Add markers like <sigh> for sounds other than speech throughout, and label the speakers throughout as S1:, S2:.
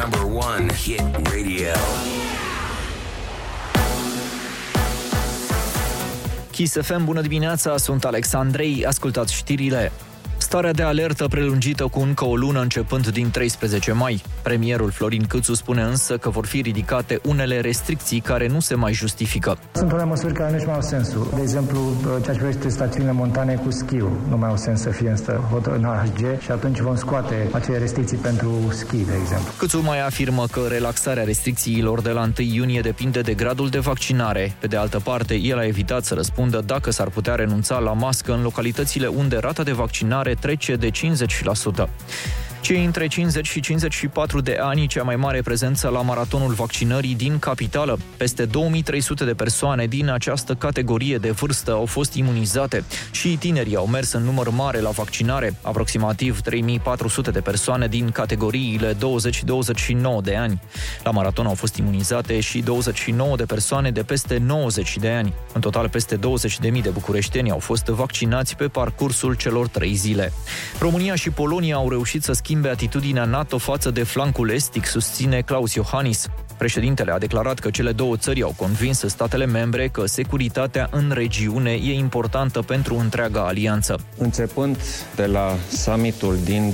S1: number one hit
S2: <laughs>
S1: radio.
S3: Kiss FM, bună dimineața, sunt Alexandrei, ascultați știrile. Starea de alertă prelungită cu încă o lună începând din 13 mai. Premierul Florin Câțu spune însă că vor fi ridicate unele restricții care nu se mai justifică.
S4: Sunt unele măsuri care nu-și mai au sensul. De exemplu, ceea ce privește stațiunile montane cu schiu, nu mai au sens să fie în, stă, în AHG și atunci vom scoate acele restricții pentru schi, de exemplu.
S3: Câțu mai afirmă că relaxarea restricțiilor de la 1 iunie depinde de gradul de vaccinare. Pe de altă parte, el a evitat să răspundă dacă s-ar putea renunța la mască în localitățile unde rata de vaccinare trece de 50%. Cei între 50 și 54 de ani cea mai mare prezență la maratonul vaccinării din capitală. Peste 2300 de persoane din această categorie de vârstă au fost imunizate și tinerii au mers în număr mare la vaccinare, aproximativ 3400 de persoane din categoriile 20-29 de ani. La maraton au fost imunizate și 29 de persoane de peste 90 de ani. În total, peste 20.000 de bucureșteni au fost vaccinați pe parcursul celor trei zile. România și Polonia au reușit să schimbe schimbe atitudinea NATO față de flancul estic, susține Klaus Iohannis. Președintele a declarat că cele două țări au convins statele membre că securitatea în regiune e importantă pentru întreaga alianță.
S5: Începând de la summitul din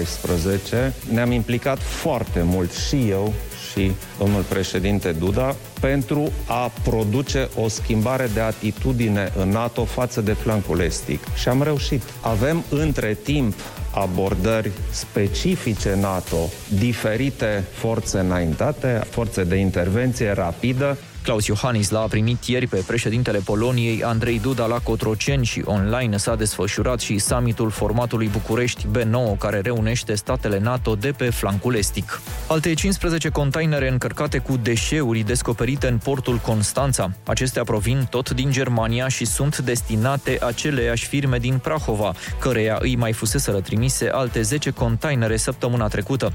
S5: 2016, ne-am implicat foarte mult și eu și domnul președinte Duda pentru a produce o schimbare de atitudine în NATO față de flancul estic. Și am reușit. Avem între timp abordări specifice NATO, diferite forțe înaintate, forțe de
S3: <laughs>
S5: intervenție rapidă.
S3: Claus Iohannis l-a primit ieri pe președintele Poloniei Andrei Duda la Cotroceni și online s-a desfășurat și summitul formatului București B9 care reunește statele NATO de pe flancul estic. Alte 15 containere încărcate cu deșeuri descoperite în portul Constanța. Acestea provin tot din Germania și sunt destinate aceleiași firme din Prahova, căreia îi mai fuseseră trimise alte 10 containere săptămâna trecută.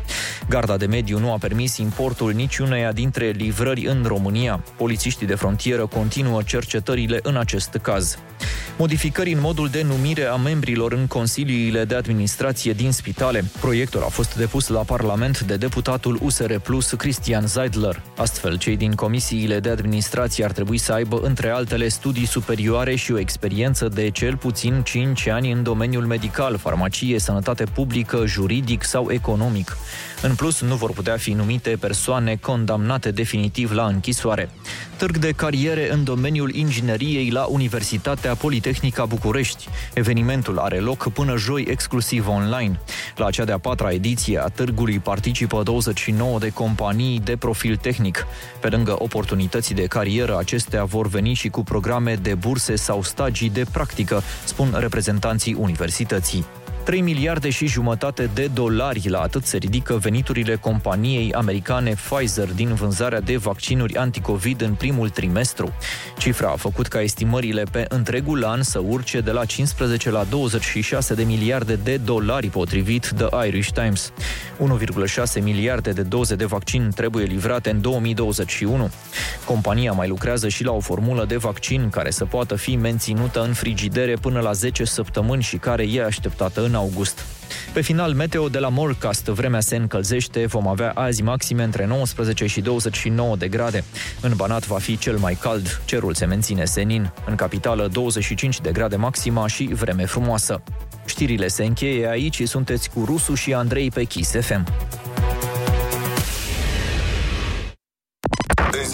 S3: Garda de mediu nu a permis importul niciuneia dintre livrări în România. Polițiștii de frontieră continuă cercetările în acest caz. Modificări în modul de numire a membrilor în consiliile de administrație din spitale. Proiectul a fost depus la Parlament de deputatul USR Plus Cristian Zeidler. Astfel, cei din comisiile de administrație ar trebui să aibă, între altele, studii superioare și o experiență de cel puțin 5 ani în domeniul medical, farmacie, sănătate publică, juridic sau economic. În plus, nu vor putea fi numite persoane condamnate definitiv la închisoare. Târg de cariere în domeniul ingineriei la Universitatea Politehnica București. Evenimentul are loc până joi exclusiv online. La cea de-a patra ediție a târgului participă 29 de companii de profil tehnic. Pe lângă oportunității de carieră, acestea vor veni și cu programe de burse sau stagii de practică, spun reprezentanții universității. 3 miliarde și jumătate de dolari. La atât se ridică veniturile companiei americane Pfizer din vânzarea de vaccinuri anticovid în primul trimestru. Cifra a făcut ca estimările pe întregul an să urce de la 15 la 26 de miliarde de dolari potrivit The Irish Times. 1,6 miliarde de doze de vaccin trebuie livrate în 2021. Compania mai lucrează și la o formulă de vaccin care să poată fi menținută în frigidere până la 10 săptămâni și care e așteptată în august. Pe final, meteo de la Morcast, vremea se încălzește, vom avea azi maxime între 19 și 29 de grade. În Banat va fi cel mai cald, cerul se menține senin. În capitală 25 de grade maxima și vreme frumoasă. Știrile se încheie aici, sunteți cu Rusu și Andrei pe Kiss FM.
S1: În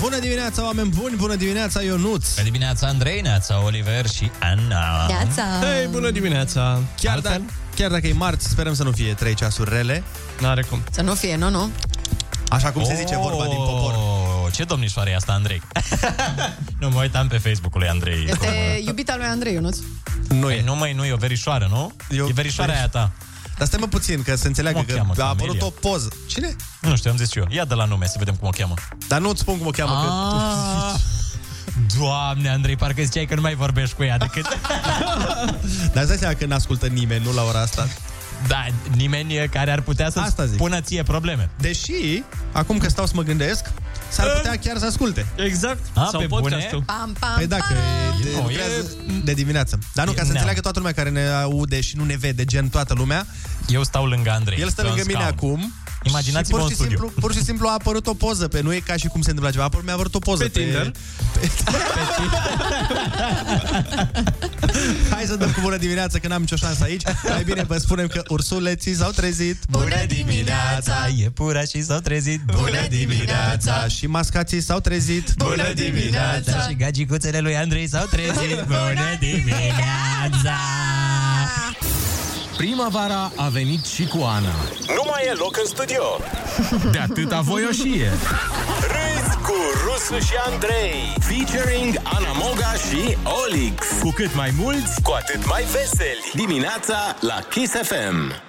S6: Bună dimineața, oameni buni! Bună dimineața, Ionuț!
S2: Bună dimineața, Andrei, Neața, Oliver și Ana!
S7: Neața!
S6: Hei, bună dimineața! Chiar, da, chiar dacă e marți, sperăm să nu fie 3 ceasuri rele.
S2: N-are cum.
S7: Să nu fie, nu, nu.
S6: Așa cum oh, se zice vorba din popor.
S2: Ce domnișoare e asta,
S6: <laughs>
S2: Andrei? nu, mă uitam pe Facebook-ul lui Andrei.
S7: Este iubita lui Andrei, Ionuț.
S2: Nu e. Nu, măi, nu, e o verișoară, nu? E, o... e verișoara aia ta.
S6: Dar stai mă puțin, că să înțeleagă că cheamă, a apărut o poză. Cine?
S2: Nu știu, am zis eu. Ia de la nume să vedem cum o cheamă. Ah.
S6: Dar nu-ți spun cum o cheamă, că...
S2: Doamne, Andrei, parcă ziceai că nu mai vorbești cu ea decât...
S6: <laughs> Dar îți dai seama că n-ascultă nimeni, nu la ora asta.
S2: da, nimeni care ar putea să
S6: Asta zic.
S2: pună ție probleme.
S6: Deși, acum că stau să mă gândesc, s-ar putea chiar să asculte.
S8: Exact.
S2: A,
S7: Ah,
S8: Sau
S2: pe bune?
S8: podcastul.
S7: Pam, pam,
S6: Păi da, că e de,
S2: Nu, e-
S6: lucrează de dimineață. Dar nu, ca
S2: E-
S6: să
S2: nea.
S6: înțeleagă toată lumea care ne aude și nu ne vede, gen toată lumea,
S2: Eu stau lângă Andrei.
S6: el stă
S2: pe un
S6: lângă mine
S2: scaun.
S6: acum.
S2: Imaginați-vă
S6: și pur
S2: un
S6: și,
S2: studiu.
S6: simplu, pur și simplu a apărut o poză pe nu e ca și cum se întâmplă ceva. A apărut, mi-a apărut o poză
S8: Pe Tinder.
S6: Hai să dăm cu bună dimineața, că n-am nicio șansă aici. Mai bine vă spunem că ursuleții s-au trezit.
S7: Bună dimineața!
S2: Iepurașii s-au trezit
S7: Bună dimineața!
S6: Și mascații s-au trezit.
S7: Bună dimineața!
S2: Și gagicuțele lui Andrei s-au trezit Bună dimineața
S9: Primăvara a venit și cu Ana.
S1: Nu mai e loc în studio.
S9: De atâta voioșie.
S1: Râzi cu Rusu și Andrei. Featuring Ana Moga și Olix.
S9: Cu cât mai mulți,
S1: Cu atât mai veseli. Dimineața la Kiss FM.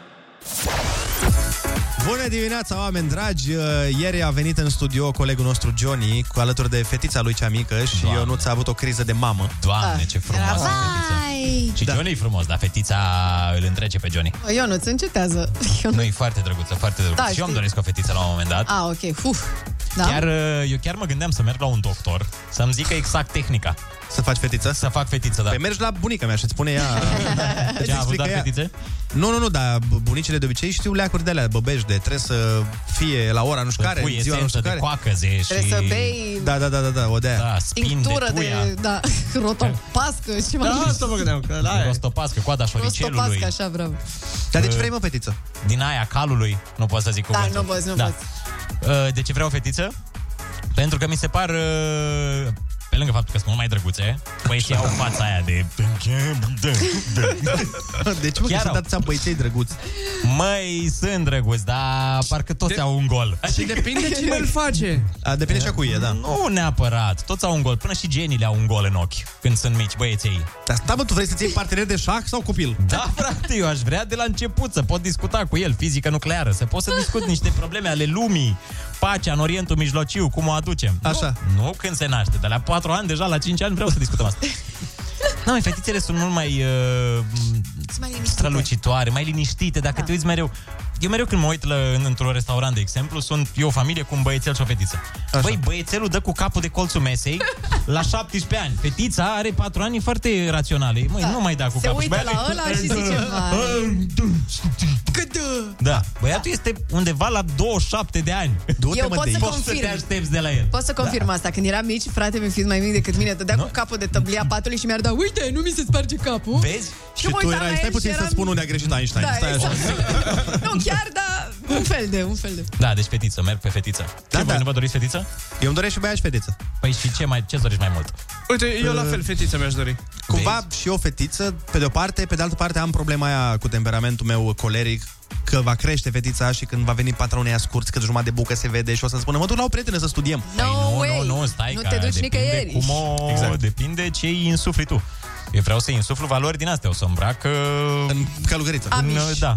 S6: Bună dimineața, oameni dragi! Uh, Ieri a venit în studio colegul nostru Johnny, cu alături de fetița lui cea mică și
S2: Doamne.
S6: Ionuț a avut o criză de mamă. Ah. Da.
S2: Doamne, ce
S7: Era
S2: frumos
S7: vai!
S2: Și Johnny e frumos, dar fetița îl întrece pe Johnny
S7: Eu nu, ți încetează. Eu nu.
S2: Nu, e foarte drăguță, foarte drăguță
S7: Da,
S2: Și eu
S7: știu.
S2: îmi doresc o fetiță la un moment dat
S7: A, Ah, ok, uf. Da?
S2: Chiar, eu chiar mă gândeam să merg la un doctor Să-mi zică exact tehnica
S6: Să faci fetiță?
S2: Să fac fetiță, da
S6: Păi mergi la bunica mea și îți spune ea...
S2: <laughs> Ce, a Deci avut
S6: explică
S2: doar
S6: ea.
S2: fetițe?
S6: Nu, nu, nu, dar bunicile de obicei știu leacuri de alea băbești de trebuie să fie la ora nu știu care,
S2: Păi Pui
S6: ziua nu știu
S2: esență de
S6: care.
S2: coacăze și...
S7: Trebuie să bei
S6: Da, da, da, da, da, o de aia.
S2: Da, spin de
S7: tinctură
S2: tuia
S7: de, da, <laughs> rotopască și
S8: Da,
S7: mai
S8: asta mă gândeam, că la aia.
S2: Rostopască, coada șoricelului
S7: Rotopască, așa vreau.
S6: Dar de ce vrei, mă, fetiță?
S2: din aia calului, nu pot să zic
S7: Da,
S2: cuvântul.
S7: nu poți, nu poți.
S2: Uh, De ce vreau o fetiță? Pentru că mi se par, uh, pe lângă faptul că sunt mult mai drăguțe, băieții au fața aia de...
S6: <laughs> De ce, Deci, mă, că
S2: Da. Chiar
S6: sunt
S2: au.
S6: atâția băieței drăguți?
S2: Măi, sunt drăguți, dar parcă toți au un gol. Adică
S8: Și
S2: <laughs>
S8: depinde cine îl face.
S6: A, depinde și cu e, da.
S2: Nu neapărat, toți au un gol. Până și genile au un gol în ochi când sunt mici, băieții.
S6: Dar stai, mă, tu vrei să-ți iei partener de șah sau copil?
S2: Da, frate, eu aș vrea de la început să pot discuta cu el fizică nucleară, să pot să discut niște probleme ale lumii, pacea în Orientul Mijlociu, cum o aducem.
S6: Așa.
S2: Nu, nu când se naște, dar la 4 ani, deja la 5 ani vreau să discutăm
S7: <laughs>
S2: asta. Nu, mai fetițele sunt mult mai, uh,
S7: Sunt mai liniștite.
S2: strălucitoare, mai liniștite, dacă da. te uiți mereu. Eu mereu când mă uit la, în, într-un restaurant, de exemplu, sunt eu o familie cu un băiețel și o fetiță.
S6: Așa.
S2: Așa. Băi, băiețelul dă cu capul de colțul mesei la 17 ani. Fetița are 4 ani e foarte rațională. Măi,
S7: Da.
S2: nu mai da cu
S7: Se
S2: capul.
S7: uită
S2: Și
S7: la
S2: băiatul-
S7: ăla
S2: <laughs>
S7: și zice, vai.
S2: Da. Băiatul este undeva la 27 de ani.
S6: Du-te,
S7: Eu
S6: mă,
S7: pot
S6: de
S7: să
S6: aici.
S2: Poți să te
S7: Confirm.
S2: aștepți de la el.
S7: Pot să confirm da. asta. Când eram mici, fratele meu fiind mai mic decât mine, dădea no. cu capul de tăblia patului și mi-ar da, uite, nu mi se sparge capul.
S2: Vezi?
S7: Și, mă uitam la el
S6: stai
S7: și
S6: puțin
S7: eram...
S6: să spun unde a greșit Einstein.
S7: Da,
S6: stai așa.
S7: exact. <laughs> nu, chiar, dar un fel de, un fel de.
S2: Da, deci fetiță, merg pe fetiță.
S6: Da,
S2: Da, ce,
S6: da.
S2: voi nu vă doriți fetiță?
S6: Eu îmi doresc și băiat și fetiță.
S2: Păi și ce mai, ce dorești mai mult?
S8: Uite, eu la fel, fetița mi-aș dori.
S6: Cumva și eu fetiță, pe de o parte, pe de altă parte am problema aia cu temperamentul meu coleric, că va crește fetița și când va veni pantalonii aia scurți, cât jumătate de bucă se vede și o să spună, mă duc la o prietenă să studiem.
S7: No
S2: păi, nu,
S7: way.
S2: nu, nu, stai
S7: Păi, nu
S2: că
S7: te duci
S2: depinde
S7: nicăieri.
S2: Cum o...
S6: Exact.
S2: exact. Depinde ce îi insufli tu. Eu vreau să insuflu valori din astea, o să îmbrac... uh,
S6: În călugăriță.
S7: Am-
S2: în
S7: Amish.
S2: da.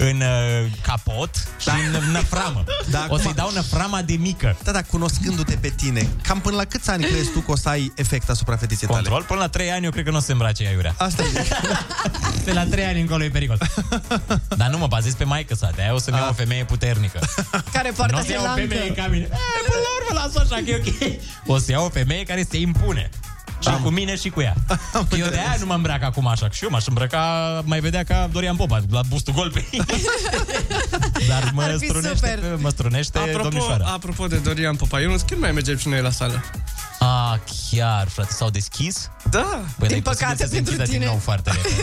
S2: în uh, capot și în năframă.
S6: Da,
S2: Da, o
S6: acum-
S2: să-i dau năframa de mică.
S6: Da, da, cunoscându-te pe tine, cam până la câți ani crezi tu că o să ai efect asupra fetiței tale?
S2: Control, până la 3 ani eu cred că nu o să se îmbrace aiurea.
S6: Asta e.
S2: De la 3 ani încolo e pericol. Dar nu mă bazez pe maică sa, de aia o să-mi iau o femeie puternică.
S7: Care
S2: Nu
S7: poartă
S2: o să iau o
S7: helancă.
S2: femeie ca mine. E, Eh, până la urmă las așa că e ok. O să iau o femeie care se impune. Și cu mine și cu ea. Eu de aia nu mă îmbrac acum așa. că Și eu m-aș îmbrăca, mai vedea ca Dorian Popa, la bustul gol pe Dar mă
S7: Ar fi
S2: strunește,
S7: super.
S2: pe- mă strunește
S8: Apropo,
S2: domnișoara.
S8: apropo de Dorian Popa, eu nu când mai mergem și noi la sală.
S2: A, chiar, frate, s-au deschis?
S8: Da.
S2: Bă,
S7: Din
S2: Păi, dar e posibil
S7: păcate
S2: să se
S7: pentru
S2: închidă
S7: tine.
S2: Din nou foarte repede.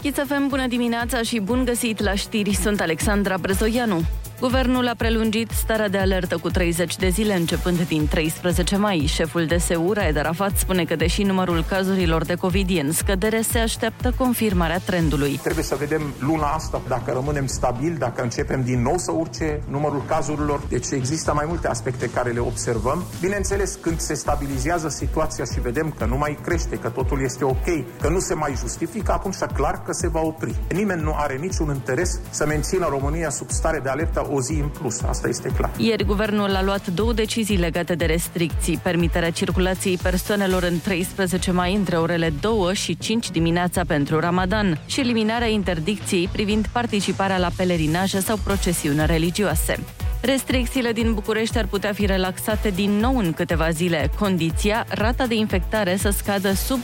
S10: Kiss FM, bună dimineața și bun găsit la știri, sunt Alexandra Brezoianu. Guvernul a prelungit starea de alertă cu 30 de zile începând din 13 mai. Șeful DSU, Raed Arafat, spune că deși numărul cazurilor de COVID e în scădere, se așteaptă confirmarea trendului.
S11: Trebuie să vedem luna asta dacă rămânem stabili, dacă începem din nou să urce numărul cazurilor. Deci există mai multe aspecte care le observăm. Bineînțeles, când se stabilizează situația și vedem că nu mai crește, că totul este ok, că nu se mai justifică, atunci clar că se va opri. Nimeni nu are niciun interes să mențină România sub stare de alertă o zi în plus. Asta este clar.
S10: Ieri, guvernul a luat două decizii legate de restricții. Permiterea circulației persoanelor în 13 mai între orele 2 și 5 dimineața pentru Ramadan și eliminarea interdicției privind participarea la pelerinaje sau procesiuni religioase. Restricțiile din București ar putea fi relaxate din nou în câteva zile, condiția rata de infectare să scadă sub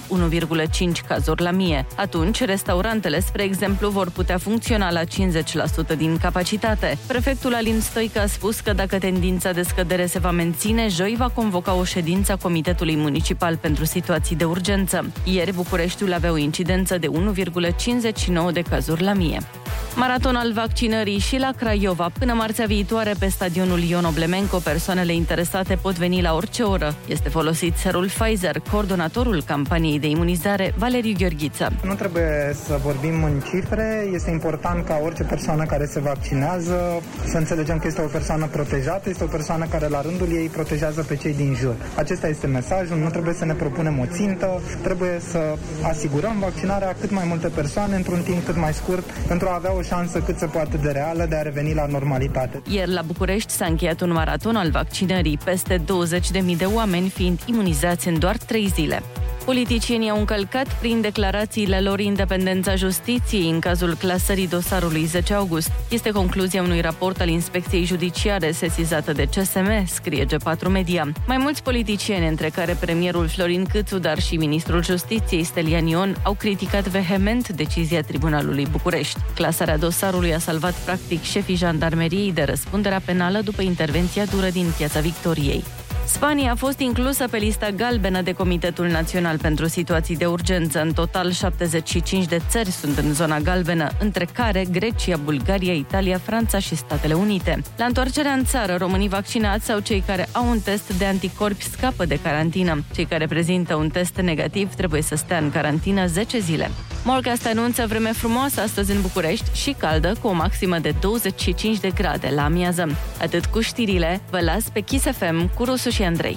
S10: 1,5 cazuri la mie. Atunci, restaurantele, spre exemplu, vor putea funcționa la 50% din capacitate. Prefectul Alin Stoica a spus că dacă tendința de scădere se va menține, joi va convoca o ședință a Comitetului Municipal pentru Situații de Urgență. Ieri, Bucureștiul avea o incidență de 1,59 de cazuri la mie. Maraton al vaccinării și la Craiova. Până marțea viitoare, pe stadionul Ion Oblemenco, persoanele interesate pot veni la orice oră. Este folosit serul Pfizer, coordonatorul campaniei de imunizare, Valeriu Gheorghiță.
S12: Nu trebuie să vorbim în cifre, este important ca orice persoană care se vaccinează să înțelegem că este o persoană protejată, este o persoană care la rândul ei protejează pe cei din jur. Acesta este mesajul, nu trebuie să ne propunem o țintă, trebuie să asigurăm vaccinarea a cât mai multe persoane într-un timp cât mai scurt pentru a avea o șansă cât se poate de reală de a reveni la normalitate.
S10: Ieri la București s-a încheiat un maraton al vaccinării, peste 20.000 de oameni fiind imunizați în doar 3 zile. Politicienii au încălcat prin declarațiile lor independența justiției în cazul clasării dosarului 10 august. Este concluzia unui raport al inspecției judiciare sesizată de CSM, scrie G4 Media. Mai mulți politicieni, între care premierul Florin Câțu, dar și ministrul justiției Stelian Ion, au criticat vehement decizia Tribunalului București. Clasarea dosarului a salvat practic șefii jandarmeriei de răspunderea penală după intervenția dură din Piața Victoriei. Spania a fost inclusă pe lista galbenă de Comitetul Național pentru Situații de Urgență. În total, 75 de țări sunt în zona galbenă, între care Grecia, Bulgaria, Italia, Franța și Statele Unite. La întoarcerea în țară, românii vaccinați sau cei care au un test de anticorpi scapă de carantină. Cei care prezintă un test negativ trebuie să stea în carantină 10 zile. Morgast anunță vreme frumoasă astăzi în București și caldă, cu o maximă de 25 de grade la amiază. Atât cu știrile, vă las pe Kiss FM cu Rusu și Andrei.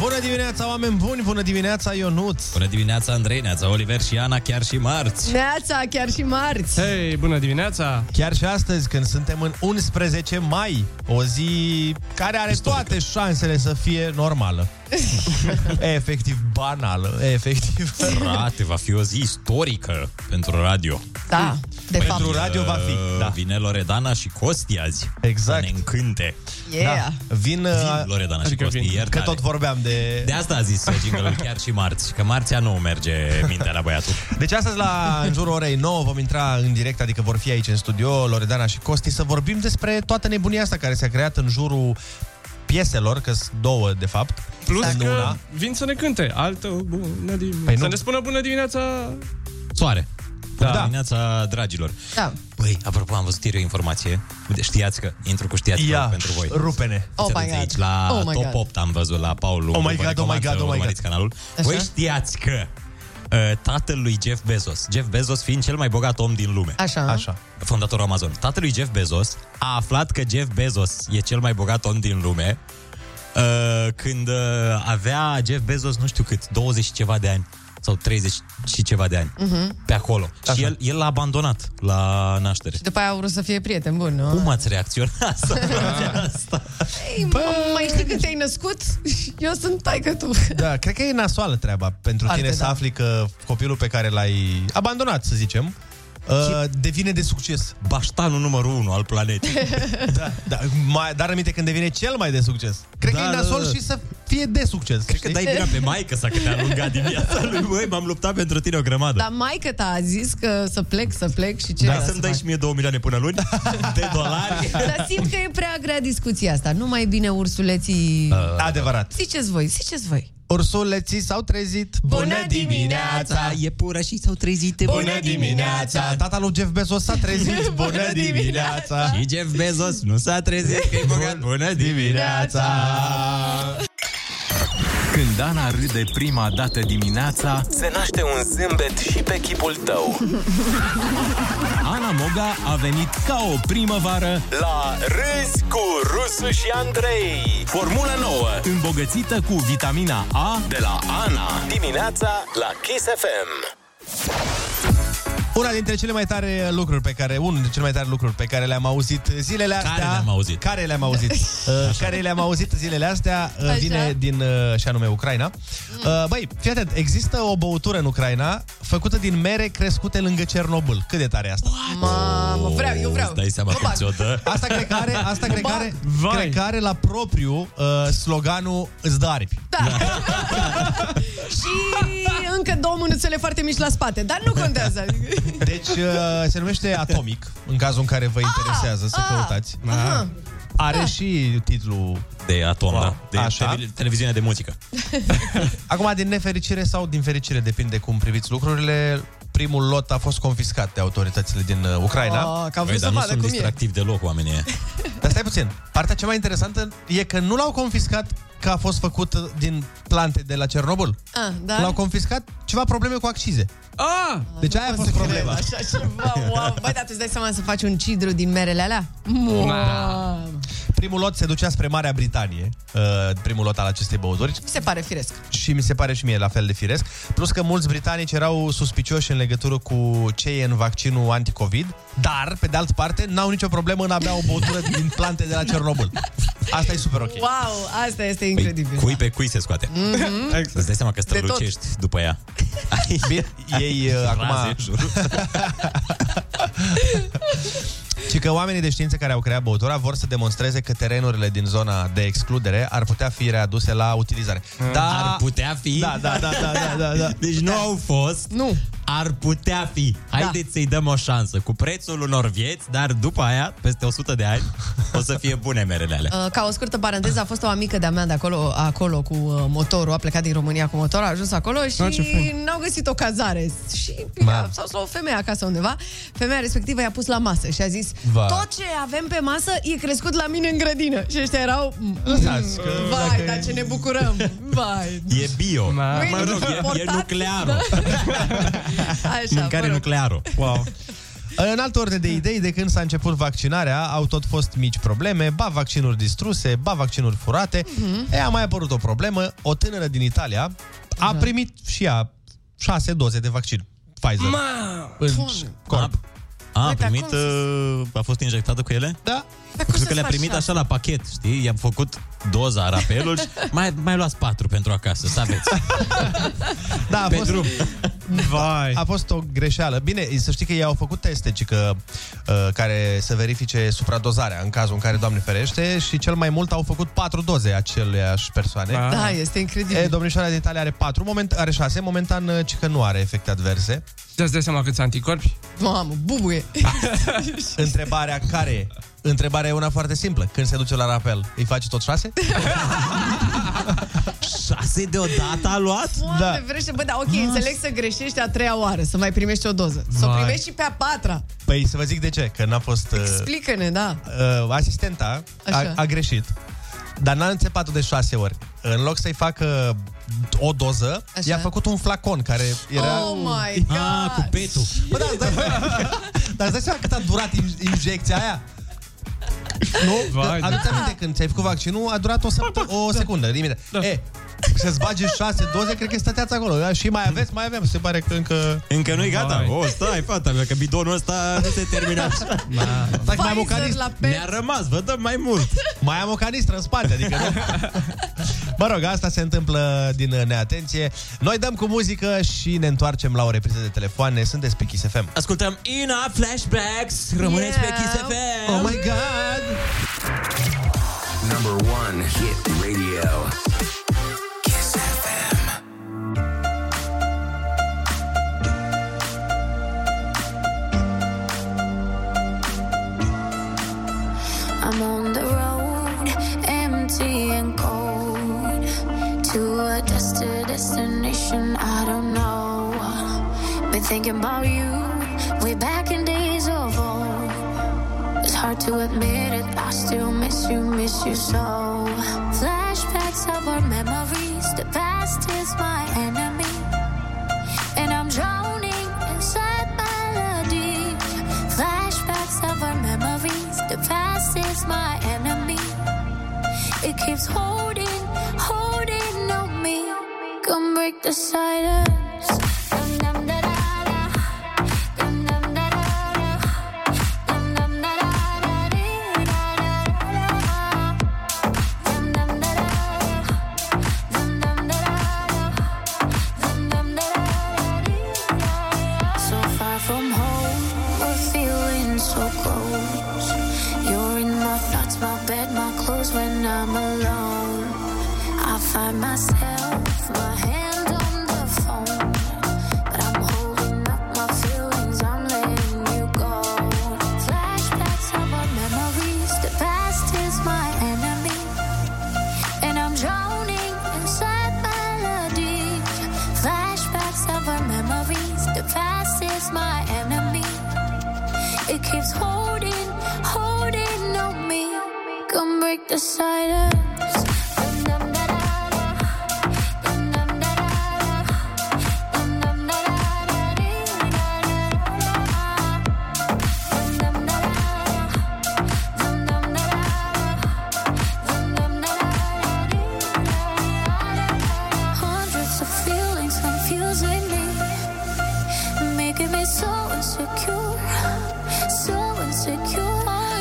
S6: Bună dimineața, oameni buni! Bună dimineața, Ionuț!
S2: Bună dimineața, Andrei, neața Oliver și Ana, chiar și marți.
S7: Neața, chiar și marți.
S6: Hei, bună dimineața! Chiar și astăzi, când suntem în 11 mai, o zi care are toate șansele să fie
S7: <laughs>
S6: normală. efectiv banală, efectiv.
S2: Frate, va fi o zi istorică pentru radio.
S7: Da, de
S2: pentru
S7: fapt.
S2: radio va fi, da. Vine Loredana și Costi azi. Exact. Ne încânte.
S7: Yeah.
S2: Da. Vin, vin Loredana și
S6: adică vin.
S2: Costi,
S6: Că
S2: iertare.
S6: tot vorbeam de...
S2: De asta a zis jingle chiar și marți, că marțea nu merge mintea la băiatul.
S6: Deci astăzi la în jurul orei 9 vom intra în direct, adică vor fi aici în studio Loredana și Costi să vorbim despre toată nebunia asta care s-a creat în jurul pieselor, că sunt două de fapt.
S8: Plus
S6: în
S8: că
S6: una.
S8: vin să ne cânte. Altă bună dimineața.
S6: Păi nu.
S8: să ne spună bună dimineața.
S2: Soare. Bună da. dimineața, dragilor.
S7: Da.
S2: Băi, Păi, apropo, am văzut ieri o informație. Uite, Știați că, intru cu știați
S6: Ia,
S2: Ia, pentru voi.
S6: rupe-ne.
S2: Fiți
S6: Oh my
S2: atenți
S6: God.
S2: Aici, la
S6: Oh my
S2: top
S6: God.
S2: 8 am văzut la Paul.
S6: Oh my
S2: Vă
S6: God, oh my
S2: recomand
S6: God,
S2: să
S6: oh my
S2: urmăriți
S6: God.
S2: canalul.
S6: Așa?
S2: Voi știați că uh, tatălui Jeff Bezos, Jeff Bezos fiind cel mai bogat om din lume.
S7: Așa.
S6: Așa.
S2: Fondatorul Amazon. Tatălui Jeff Bezos a aflat că Jeff Bezos e cel mai bogat om din lume uh, când uh, avea Jeff Bezos nu știu cât, 20 și ceva de ani sau 30 și ceva de ani
S7: Mhm.
S2: pe acolo. Așa. Și el, el l-a abandonat la naștere.
S7: După aia au vrut să fie prieten bun, nu?
S2: Cum ați reacționat?
S6: <laughs>
S7: Ei, mă, mai știi că te-ai născut? <laughs> Eu sunt taică tu.
S6: Da, cred că e nasoală treaba pentru
S7: Foarte,
S6: tine să
S7: da.
S6: afli că copilul pe care l-ai abandonat, să zicem, uh, devine de succes.
S2: Baștanul numărul 1 al planetei.
S6: <laughs> da, da, mai, dar aminte când devine cel mai de succes. Cred da, că e nasol da, da. și să fie de succes. Cred
S2: Că dai vina pe maică sa că te-a alungat din viața
S6: <laughs>
S2: lui. Băi, m-am luptat pentru tine o
S6: Da,
S2: grămadă.
S7: Dar maica ta a zis că să plec, să plec și ce
S2: Hai
S7: era să
S2: să-mi dai și mie 2 milioane până luni de
S6: <laughs>
S2: dolari.
S6: Da,
S7: Dar simt că e prea grea discuția asta. Nu mai bine ursuleții...
S6: Uh, adevărat.
S7: Ziceți voi, ziceți voi.
S6: Ursuleții s-au trezit
S2: Iepura și s-au trezit
S6: Tata lui Jeff Bezos s-a
S2: <laughs>
S6: trezit Bună dimineața
S2: Și Jeff Bezos nu s-a trezit că e bogat. Bună dimineața
S9: Când Ana râde prima dată dimineața,
S1: Se naște un zâmbet și pe chipul tău.
S9: Ana Moga a venit ca o primăvară
S1: La Râzi cu Rusu și Andrei. Formula nouă
S9: îmbogățită cu vitamina A
S1: de la Ana. Dimineața la Kiss FM.
S6: Una dintre cele mai tare lucruri pe care Unul dintre cele mai tare lucruri pe care le-am auzit zilele astea
S2: Care le-am auzit?
S6: Care le-am
S2: <laughs>
S6: auzit uh, Care le-am auzit zilele astea uh,
S2: Așa. Mm.
S6: Vine din, uh, și anume, Ucraina uh, Băi, fii atent, există o băutură în Ucraina Făcută din mere crescute lângă Cernobâl Cât de tare e asta?
S7: Mamă, vreau, eu vreau.
S2: Îți dai seama că ți-o dă
S6: Asta cred că are, asta cred că are, cred că are la propriu uh, sloganul Îți dă aripi
S7: Și încă două mânuțele foarte mici la spate. Dar nu
S2: <laughs>
S7: contează.
S6: Deci uh, se numește Atomic, în cazul în care vă interesează să
S7: ah,
S6: căutați.
S7: aha. Da.
S6: Are și titlul
S2: Ah. De atom,
S6: Wow.
S2: da? De
S6: Așa.
S2: televi- televiziunea de muzică
S6: Acum, din nefericire sau din fericire, depinde cum priviți lucrurile, primul lot a fost confiscat de autoritățile din uh, Ucraina.
S7: Oh, că au vrut
S2: Băi,
S7: să
S2: dar nu
S7: vadă
S2: sunt
S7: cum e.
S2: distractiv deloc oamenii ăia.
S6: <laughs> Dar stai puțin. Partea cea mai interesantă e că nu l-au confiscat că a fost făcut uh, din plante de la Cernobâl.
S7: Ah,
S6: Da?
S7: da?
S6: L-au confiscat ceva probleme cu accize.
S8: Ah!
S6: Deci aia a fost problema.
S7: Așa ceva, wow. Băi, dar tu îți dai seama să faci un cidru din merele alea?
S2: Da.
S7: Mamă.
S6: Da. Primul lot se ducea spre Marea Britanie, uh, primul lot al acestei băuturi.
S7: Mi se pare firesc.
S6: și mi se pare și mie la fel de firesc. Plus că mulți britanici erau suspicioși în legătură cu ce e în vaccinul anticovid, dar, pe de altă parte, n-au nicio problemă în a bea o băutură din plante de la Cernobâl. Asta e super ok.
S7: Wow, asta este incredibil.
S2: Cui pe cui se scoate Îți dai seama că
S7: Mm-hmm. Exact. tot.
S2: strălucești după ea
S6: <laughs> Bine,
S2: <laughs>
S6: ei uh,
S2: Raze
S6: acum...
S2: în jurul.
S6: <laughs> Și că oamenii de știință care au creat băutura vor să demonstreze că terenurile din zona de excludere ar putea fi readuse la utilizare. Da,
S2: Ar putea fi
S6: da, da, da, da, da, da, da.
S2: Deci nu au fost
S7: Nu. Da.
S2: Ar putea fi Haideți să-i dăm o șansă Cu prețul unor vieți Dar după aia, peste 100 de ani O să fie bune merele alea
S7: Uh, Ca o scurtă paranteză, a fost o amică de-a mea de acolo, acolo cu uh, motorul, a plecat din România cu motorul, a ajuns acolo și
S8: Ah, ce fain.
S7: n-au găsit o cazare. Și
S6: Ma.
S7: sau s-a o femeie acasă undeva, femeia respectivă i-a pus la masă și a zis,
S6: Va.
S7: tot ce avem pe masă e crescut la mine în grădină. Și ăștia erau, "Mm,
S6: Lăsați că
S7: vai,
S6: dacă-
S7: dar ce ne bucurăm, vai.
S2: E bio
S8: Ma-
S7: Mâini
S2: Mă rog, e, e
S7: portați, Da.
S2: nuclearul
S7: Așa,
S2: Mâncare
S7: mă rog.
S2: nuclearul
S6: Wow. <laughs> În altă ordine de idei, de când s-a început vaccinarea, au tot fost mici probleme, ba vaccinuri distruse, ba vaccinuri furate.
S7: Mhm.
S6: Mm-hmm. E, a mai apărut o problemă, o tânără din Italia a da. primit și ea șase doze de vaccin Pfizer.
S8: Ma!
S6: în
S7: Doamne!
S6: corp.
S2: A, a
S7: Uite,
S2: primit,
S7: acum
S2: uh, a fost injectată cu ele?
S6: Da?
S7: Dar cum
S2: Știu
S7: să-ți
S2: că le-a
S7: faci
S2: primit
S7: asta?
S2: așa la pachet, știi? I-am făcut
S7: <laughs>
S2: doza, rapelul și mai, mai luați patru pentru acasă, să aveți.
S6: Da, a
S2: Pe
S6: fost,
S2: drum.
S8: Vai.
S6: a fost o greșeală. Bine, să știi că ei au făcut teste ci că, uh, care să verifice supradozarea în cazul în care, Doamne ferește, și cel mai mult au făcut patru doze aceleași persoane.
S8: Da.
S7: Da, este incredibil.
S6: E, domnișoara din Italia are 4, moment, are 6, momentan uh, ci că nu are efecte adverse.
S8: Da, îți dai seama câți anticorpi?
S7: Mamă, bubuie.
S6: <laughs> Întrebarea care e? Întrebarea e una foarte simplă. Când se duce la rapel, îi face
S7: <laughs>
S6: tot <laughs> 6?
S2: Șase deodată a luat?
S7: Doamne, da. vrește, bă, da, ok, înțeleg să greșești a treia oară, să mai primești o doză. Să o
S8: Vai.
S7: primești și pe a patra.
S6: Păi să vă zic de ce, că n-a fost... Uh,
S7: Explică-ne, da.
S6: uh, asistenta a,
S7: Așa.
S6: a greșit, dar n-a înțepat de 6 ori. În loc să-i facă o doză,
S7: Așa.
S6: i-a făcut un flacon care era...
S7: Oh my god!
S2: Ah, cu petul.
S6: Bă, da, îți
S7: <laughs>
S6: dai seama- dar îți dai seama cât a durat inj- injecția aia? Nu?
S8: Vai,
S6: Că Aduți aminte, când ți-ai făcut vaccinul, a durat o, săpt- o secundă, imediat.
S8: Da.
S6: E, să-ți bage șase doze, cred că stăteați acolo. Da? Și mai aveți, mai avem. Se pare că încă...
S2: Încă nu-i gata.
S8: Vai.
S2: O, stai, fata mea, că bidonul ăsta nu se termină. Da.
S6: Dacă Da. mai am, o
S7: Pfizer
S6: canist-
S7: la pe...
S2: Ne-a rămas, vă dăm mai mult.
S6: mai am o canistră în spate, adică nu. Mă rog, asta se întâmplă din uh, neatenție. Noi dăm cu muzică și ne întoarcem la o repriză de telefoane. Sunteți pe Kiss FM.
S2: Ascultăm Ina Flashbacks. Rămâneți yeah. pe Kiss FM.
S6: Oh my god.
S13: Number one hit radio.
S14: <laughs> I'm on the road, empty and cold, to a destined destination I don't know. Been thinking about you, way back in days of old. It's hard to admit it, I still miss you, miss you so. Flashbacks of our memories, the past is my enemy, and I'm drowning inside melody. Flashbacks of our memories, the past is my enemy. It keeps holding, holding on me. Come break the silence. Dum-dum-da-da-da. Dum-dum-da-da-da. So far from home, we're feeling so close. You're in my thoughts, my bed, my clothes when I'm alone. I find myself, my hand on the phone. But I'm holding up my feelings, I'm letting you go. Flashbacks of our memories, the past is my enemy. And I'm drowning inside melody. Flashbacks of our memories. The past is my enemy. It keeps holding, holding on me. Come break the silence. Hundreds of feelings confusing me, making me so insecure, so insecure.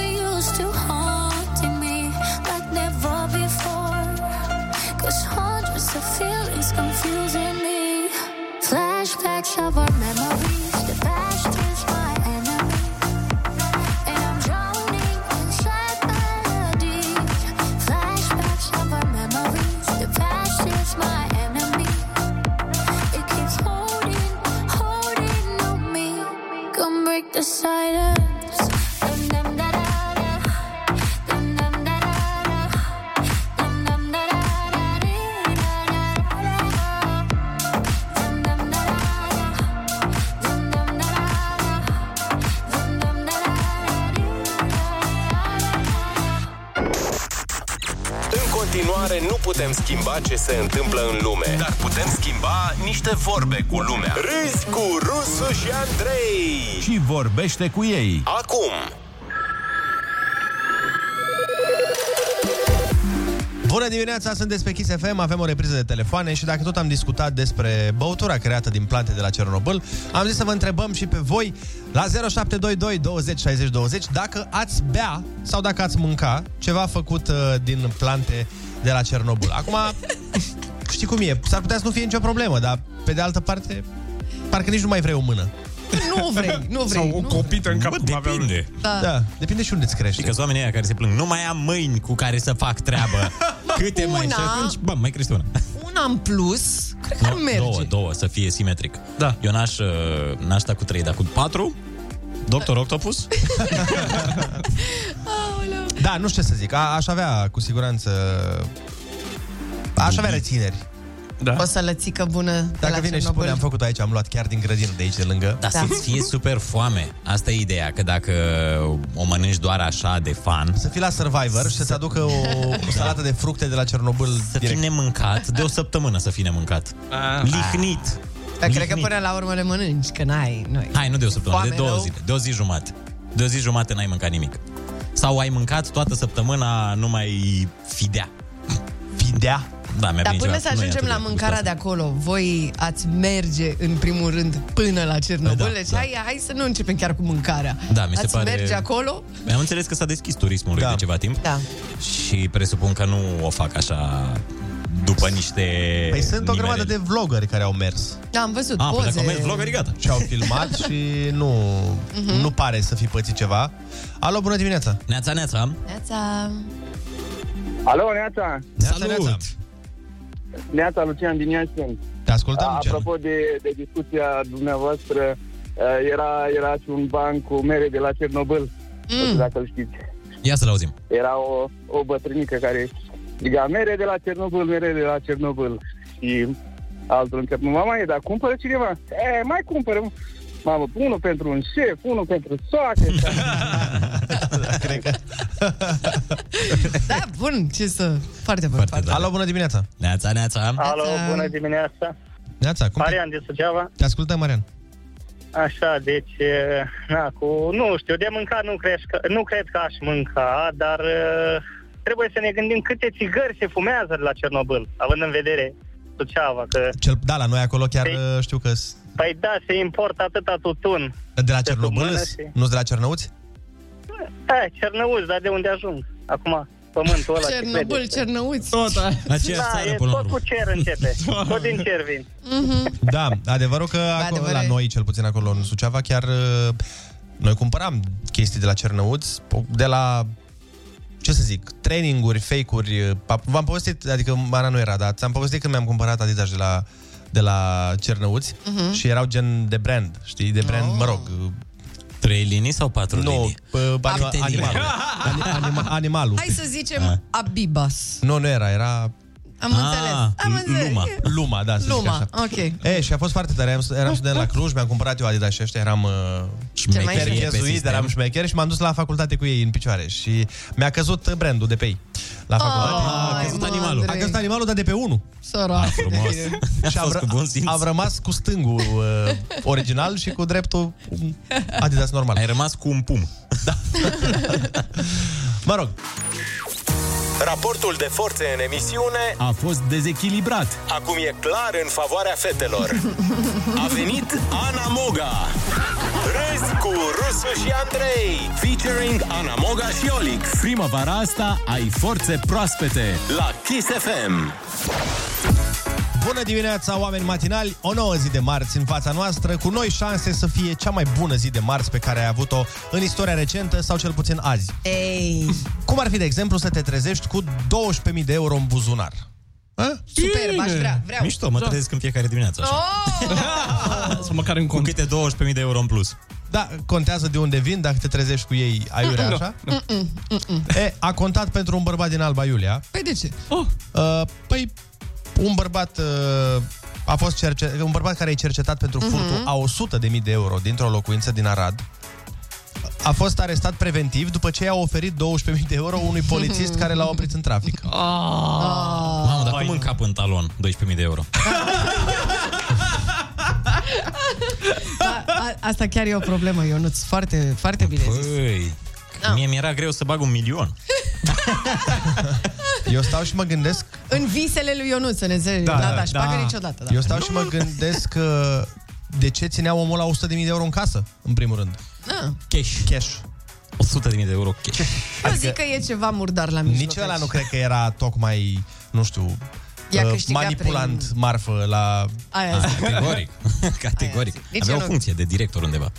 S14: Used to haunting me like never before. Cause hundreds of feelings confusing me. Flashbacks of our memories, the past is my enemy. And I'm drowning inside melody. Flashbacks of our memories, the past is my enemy. It keeps holding, holding on me. Come break the silence. Dum-dum-da-da-da. Dum-dum-da-da-da. Dum-dum-da-da-da-dee-da-da-da-da. Dum-dum-da-da-da. Dum-dum-da-da-da.
S1: În continuare, nu putem schimba ce se întâmplă în lume, dar putem schimba niște vorbe cu lumea. Râzi cu Rusu și Andrei!
S9: Și vorbește cu ei.
S1: Acum!
S6: Bună dimineața, sunteți pe Kiss FM, avem o repriză de telefoane și dacă tot am discutat despre băutura creată din plante de la Cernobâl, am zis să vă întrebăm și pe voi la 0722 20 60 20 dacă ați bea sau dacă ați mânca ceva făcut uh, din plante de la Cernobâl. Acum, <laughs> știi cum e, s-ar putea să nu fie nicio problemă, dar pe de altă parte, parcă nici nu mai vrei o mână.
S7: Nu o vrei, nu o vrei.
S2: Sau
S7: nu.
S2: o copită în cap. Bă, depinde.
S7: Da.
S6: depinde și unde-ți crește.
S2: Adică oamenii aia care se plâng, nu mai am mâini cu care să fac
S7: <laughs>
S2: treabă. Câte
S7: Una.
S2: mai și atunci, bă, mai crește una.
S7: Una în plus, cred că ar merge.
S2: Două, două, să fie simetric. Da. Eu n-aș, uh, n-aș sta cu trei, dar cu patru.
S7: <laughs>
S2: Doctor Octopus?
S6: Da, nu știu ce să zic. A, aș avea, cu siguranță... Aș avea rețineri. Da.
S7: O sălățică bună de
S6: Dacă
S7: la
S6: vine și
S7: Cernobâl.
S6: spune, am făcut aici, am luat chiar din grădină de aici, de lângă.
S2: Dar da. să-ți fie super foame. Asta e ideea, că dacă o mănânci doar așa de fan...
S6: Să fii la Survivor și să-ți aducă o, o salată de fructe de la Cernobâl
S2: Să fii nemâncat, de o săptămână să fii nemâncat.
S6: Ah.
S2: Lihnit.
S7: Dar cred că până la urmă le mănânci, că n-ai noi.
S2: Hai, nu de o săptămână,
S7: Foame
S2: de două
S7: rău.
S2: zile, de o zi jumate. De o zi jumate n-ai mâncat nimic. Sau ai mâncat toată săptămâna numai fidea.
S6: Fidea?
S2: Da, mi-a
S7: Dar
S2: venit
S7: până
S2: ceva.
S7: să
S2: Nu e
S7: ajungem
S2: atât
S7: la
S2: de
S7: mâncarea de acolo, voi ați merge în primul rând până la Cernobâl? Deci hai, hai să nu începem chiar cu mâncarea.
S2: Păi Da, mi se
S7: ați
S2: pare-
S7: merge acolo?
S2: gustos. Am înțeles că s-a deschis turismul da. de ceva timp
S7: da.
S2: și presupun că nu o fac așa după niște...
S6: Păi sunt o grămadă de vloggeri care au mers.
S7: Da, am văzut
S2: Ah, păi
S7: poze.
S2: dacă au mers vloggeri, gata.
S6: Și au filmat și nu,
S7: Mhm.
S6: nu pare să fi pățit ceva. Alo, bună dimineața!
S2: Neața, neața!
S7: Neața.
S15: Alo, Neața!
S6: Neața, neața!
S15: Neața, Lucian din Iași sunt.
S6: Te ascultăm, Lucian.
S15: Apropo de, de discuția dumneavoastră, uh, era, era și un ban cu mere de la Cernobâl, mm. dacă îl știți.
S2: Ia să-l auzim.
S15: Era o, o bătrânică care striga mere de la Cernobâl, mere de la Cernobâl. Și altul încep, mama e, dar cumpără cineva? E, mai cumpără, mamă, unul pentru un șef, unul pentru soacră.
S6: <laughs>
S7: Da, bun, ce să... Foarte bun. Foarte
S6: Alo, bună dimineața!
S2: Neața, neața!
S16: Alo, bună dimineața.
S6: Neața, cum
S16: Marian din Suceava.
S6: Te ascultăm, Marian.
S16: Așa, deci, e, na, cu, nu știu, de mâncat nu cred, că, nu cred că aș mânca, dar e, trebuie să ne gândim câte țigări se fumează la Cernobâl, având în vedere Suceava, că,
S6: Cel, da, la noi acolo chiar uh, știu că s-
S16: păi da, se importă atâta tutun.
S6: de la
S16: Se
S6: Cernobâl,
S16: sumână
S6: s-
S16: și-
S6: nu de la Cernăuți?
S16: Da, Cernăuți, dar de unde ajung acum? Pământul ăla.
S7: Cernobâl, Cernăuți.
S2: Tot,
S16: da, e tot cu cer începe,
S2: <laughs>
S16: tot din cer vin.
S6: Da, adevărul că acolo, la noi, cel puțin acolo în Suceava, chiar uh, noi cumpăram chestii de la Cernăuți, po- de la ce să zic, traininguri, fake-uri, uh, pa- v-am povestit, adică Ana nu era, dar ți-am povestit când mi-am cumpărat Adidas de la, de la Cernăuți
S7: Mhm.
S6: și erau gen de brand, știi, de brand, mă rog. uh,
S2: Trei linii sau patru
S6: nu,
S2: linii?
S6: Nu, anima,
S2: Câte linii?
S6: animalul. Ani- anima- animalul.
S7: Hai să
S2: Ah.
S7: zicem Abibas.
S6: Nu, nu era, era... Ah,
S7: Am înțeles. Am înțeles.
S6: Luma, da, să
S7: Luma,
S6: zic așa.
S7: ok.
S6: E, și a fost foarte tare. Eram, eram student la Cluj, mi-am cumpărat eu Adidas și ăștia eram
S7: Cel mai șmecher pe
S6: perchezuit,
S7: sistem.
S6: dar eram șmecher și m-am dus la facultate cu ei în picioare și mi-a căzut brandul de pe ei. La facultate.
S7: Ai,
S2: Ah,
S7: mă,
S6: A
S7: Ah, Andrei.
S6: căzut animalul, dar de pe unul.
S7: Sărac. <laughs>
S6: și am, ră- am rămas cu stângul uh, original și cu dreptul um, Adidas normal. Ai
S2: rămas cu un pum.
S6: Mă rog.
S1: Raportul de forțe în emisiune
S2: a fost dezechilibrat.
S1: Acum e clar în favoarea fetelor. A venit Ana Moga. Râs cu Rusu și Andrei. Featuring Ana Moga și Olix.
S9: Primăvara asta ai forțe proaspete.
S1: La Kiss FM.
S6: Bună dimineața, oameni matinali! O nouă zi de marți în fața noastră, cu noi șanse să fie cea mai bună zi de marți pe care ai avut-o în istoria recentă sau cel puțin azi.
S7: Ei.
S6: Cum ar fi, de exemplu, să te trezești cu 12.000 de euro în buzunar? A?
S7: Superb, aș vrea, vreau. Oh.
S2: Mișto, mă
S7: Da.
S2: trezesc în fiecare dimineață. Așa. Oh!
S6: Sau măcar în cont. Cu câte 12.000 de euro în plus. Da, contează de unde vin, dacă te trezești cu ei aiurea,
S7: Mm-mm.
S6: așa?
S7: Mm-mm, mm-mm.
S6: E, a contat pentru un bărbat din Alba Iulia.
S7: Păi de ce?
S6: Uh, păi, un bărbat uh, a fost cerce- un bărbat care e cercetat pentru
S7: Mhm.
S6: furtul a 100 de mii de euro dintr-o locuință din Arad. A fost arestat preventiv după ce i-a oferit 12.000 de euro unui polițist care l-a oprit în trafic.
S7: Ah.
S2: Ah. Mamă, dar cum încap în talon 12.000 de euro?
S7: A, Da, a, asta chiar e o problemă, Ionuț. Foarte, foarte bine zis.
S2: Păi,
S7: Da.
S2: mie mi-era greu să bag un milion.
S6: Eu stau și mă gândesc
S7: În visele lui Ionuț, să ne înțelegi. Da, da, da, șpagă niciodată. Da.
S6: Eu stau și mă gândesc că de ce ținea omul la 100.000 de euro în casă, în primul rând.
S7: Ah.
S2: Cash.
S6: Cash. Adică
S2: 100.000 de euro cash.
S7: Eu zic că e ceva murdar la mijloc. deci-
S6: Nici ăla nu
S7: aici.
S6: cred că era tocmai, nu știu,
S7: I-a
S6: uh,
S7: câștigat
S6: manipulant marfă la...
S7: Aia zic.
S2: Categoric.
S7: <laughs>
S2: <laughs> Categoric.
S7: Nici
S2: Avea
S7: eu
S2: o
S7: nu.
S2: funcție de director undeva.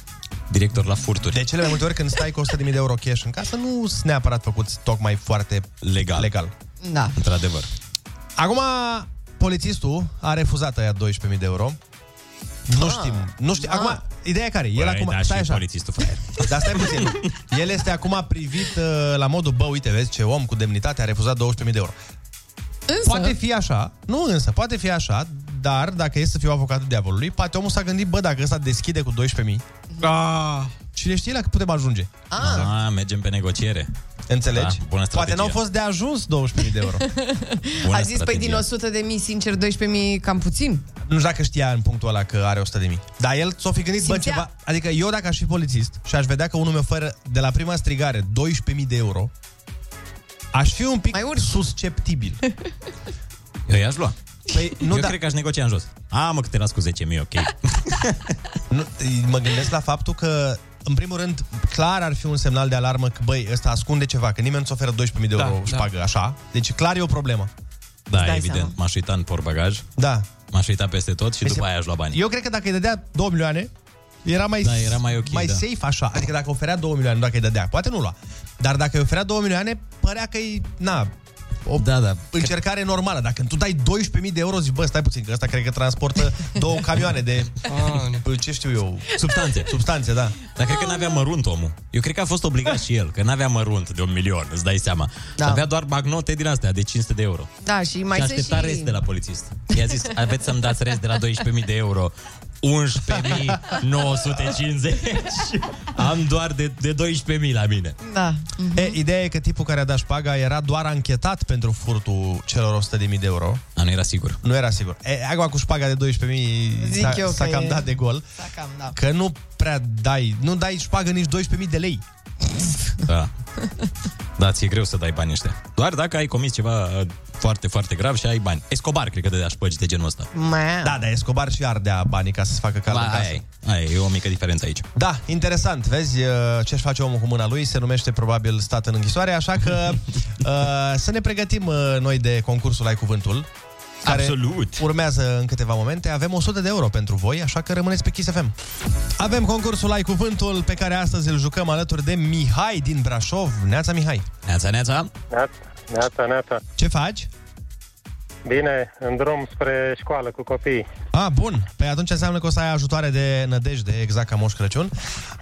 S2: Director la furturi.
S6: De cele mai multe ori când stai cu 100.000 de euro cash în casă, nu sunt neapărat făcuți tocmai foarte legal. legal.
S7: Da.
S2: Într-adevăr.
S6: Acum, polițistul a refuzat aia 12.000 de euro. Nu știm. Nu știm. Acum, ideea care e? El
S2: Ah, da. Băi,
S6: acum,
S2: da,
S6: stai
S2: și
S6: așa.
S2: polițistul, fraier.
S6: <laughs> Dar stai puțin. El este acum privit uh, la modul, bă, uite, vezi ce om cu demnitate a refuzat 12.000 de euro.
S7: Însă...
S6: Poate fi așa, nu însă, poate fi așa, dar dacă e să fiu avocatul diavolului, poate omul s-a gândit, bă, dacă ăsta deschide cu 12.000, ah,
S2: Da.
S6: cine știe la cât putem ajunge.
S2: Ah, mergem pe negociere.
S6: Înțelegi?
S2: Da, bună
S6: Poate
S2: strategie.
S6: n-au fost de ajuns 12.000 de
S2: <laughs>
S6: euro.
S7: A zis, păi din 100 de mii, sincer, 12 mii cam puțin.
S6: Nu știu dacă știa în punctul ăla că are 100 de mii. Dar el s-o fi gândit, bă,
S7: Simțea.
S6: ceva... Adică eu dacă aș fi polițist și aș vedea că unul mi oferă de la prima strigare 12.000 de euro, aș fi un pic Mai susceptibil.
S2: Eu i-aș lua.
S6: Păi, nu,
S2: Eu
S6: da.
S2: cred că aș negocia în jos. A, mă, că te las cu 10.000,
S6: <laughs>
S2: ok.
S6: nu, mă gândesc la faptul că în primul rând, clar ar fi un semnal de alarmă că, băi, ăsta ascunde ceva, că nimeni nu-ți oferă 12.000 de euro da, șpagă, așa. Deci clar e o problemă.
S2: Da, evident, m-aș uita în portbagaj.
S6: Da.
S2: M-aș uita peste tot și
S6: Mi se-
S2: după aia aș lua banii.
S6: Eu cred că dacă îi dădea 2 milioane, era mai,
S2: Da, era mai ok,
S6: mai
S2: da.
S6: safe așa. Adică dacă oferea 2 milioane, nu dacă îi dădea, poate nu lua. Dar dacă îi oferea 2 milioane, părea că e, na, o da, da. încercare normală. Dacă tu dai 12.000 de euro, zici, bă, stai puțin, că ăsta cred că
S2: <laughs>
S6: transportă două camioane de, Păi, ce știu eu,
S2: Substanțe.
S6: Substanțe, da.
S2: Dar cred că n-avea mărunt omul. Eu cred că a fost obligat și el, că n-avea mărunt de un milion, îți dai seama.
S7: Da.
S2: Da. Avea doar bagnote din astea, de 500 de euro.
S7: Da, și mai
S2: Mai și
S7: sunt și...
S2: aștepta rest de la polițist. I-a zis, aveți să-mi dați rest de la 12.000 de euro. 11.950. Am doar de, de 12.000 la mine.
S7: <laughs> Da.
S6: E, ideea e că tipul care a dat șpaga era doar anchetat pentru furtul celor 100.000 de euro.
S2: A, nu era sigur.
S6: Nu era sigur. E, acum cu șpaga de 12.000
S7: Zic
S6: s-a,
S7: eu
S6: s-a
S7: că
S6: cam
S7: e-
S6: dat de gol.
S7: Cam, da.
S6: Că nu prea dai, nu dai șpagă nici 12.000 de lei.
S2: Da. Da, ți-e greu să dai bani ăștia. Doar dacă ai comis ceva uh, foarte, foarte grav și ai bani. Escobar, cred că dădea șpăgi de genul ăsta.
S7: Mea.
S6: Da, dar Escobar și ardea banii ca să-ți facă calm în casă.
S2: Aia, e, aia e, e o mică diferență aici.
S6: Da, interesant. Vezi uh, ce-și face omul cu mâna lui, se numește probabil stat în închisoare, așa
S2: <laughs>
S6: că uh, să ne pregătim uh, noi de concursul Ai Cuvântul. Care
S2: Absolut.
S6: urmează în câteva momente. Avem 100 de euro pentru voi, așa că rămâneți pe Kiss FM. Avem concursul Ai Cuvântul, pe care astăzi îl jucăm alături de Mihai din Brașov. Neața, Mihai.
S2: Neața, neața.
S17: Neața, neața, neața.
S6: Ce faci?
S17: Bine, în drum spre școală cu copiii.
S6: A, bun. Păi atunci înseamnă că o să ai ajutoare de nădejde, exact ca Moș Crăciun.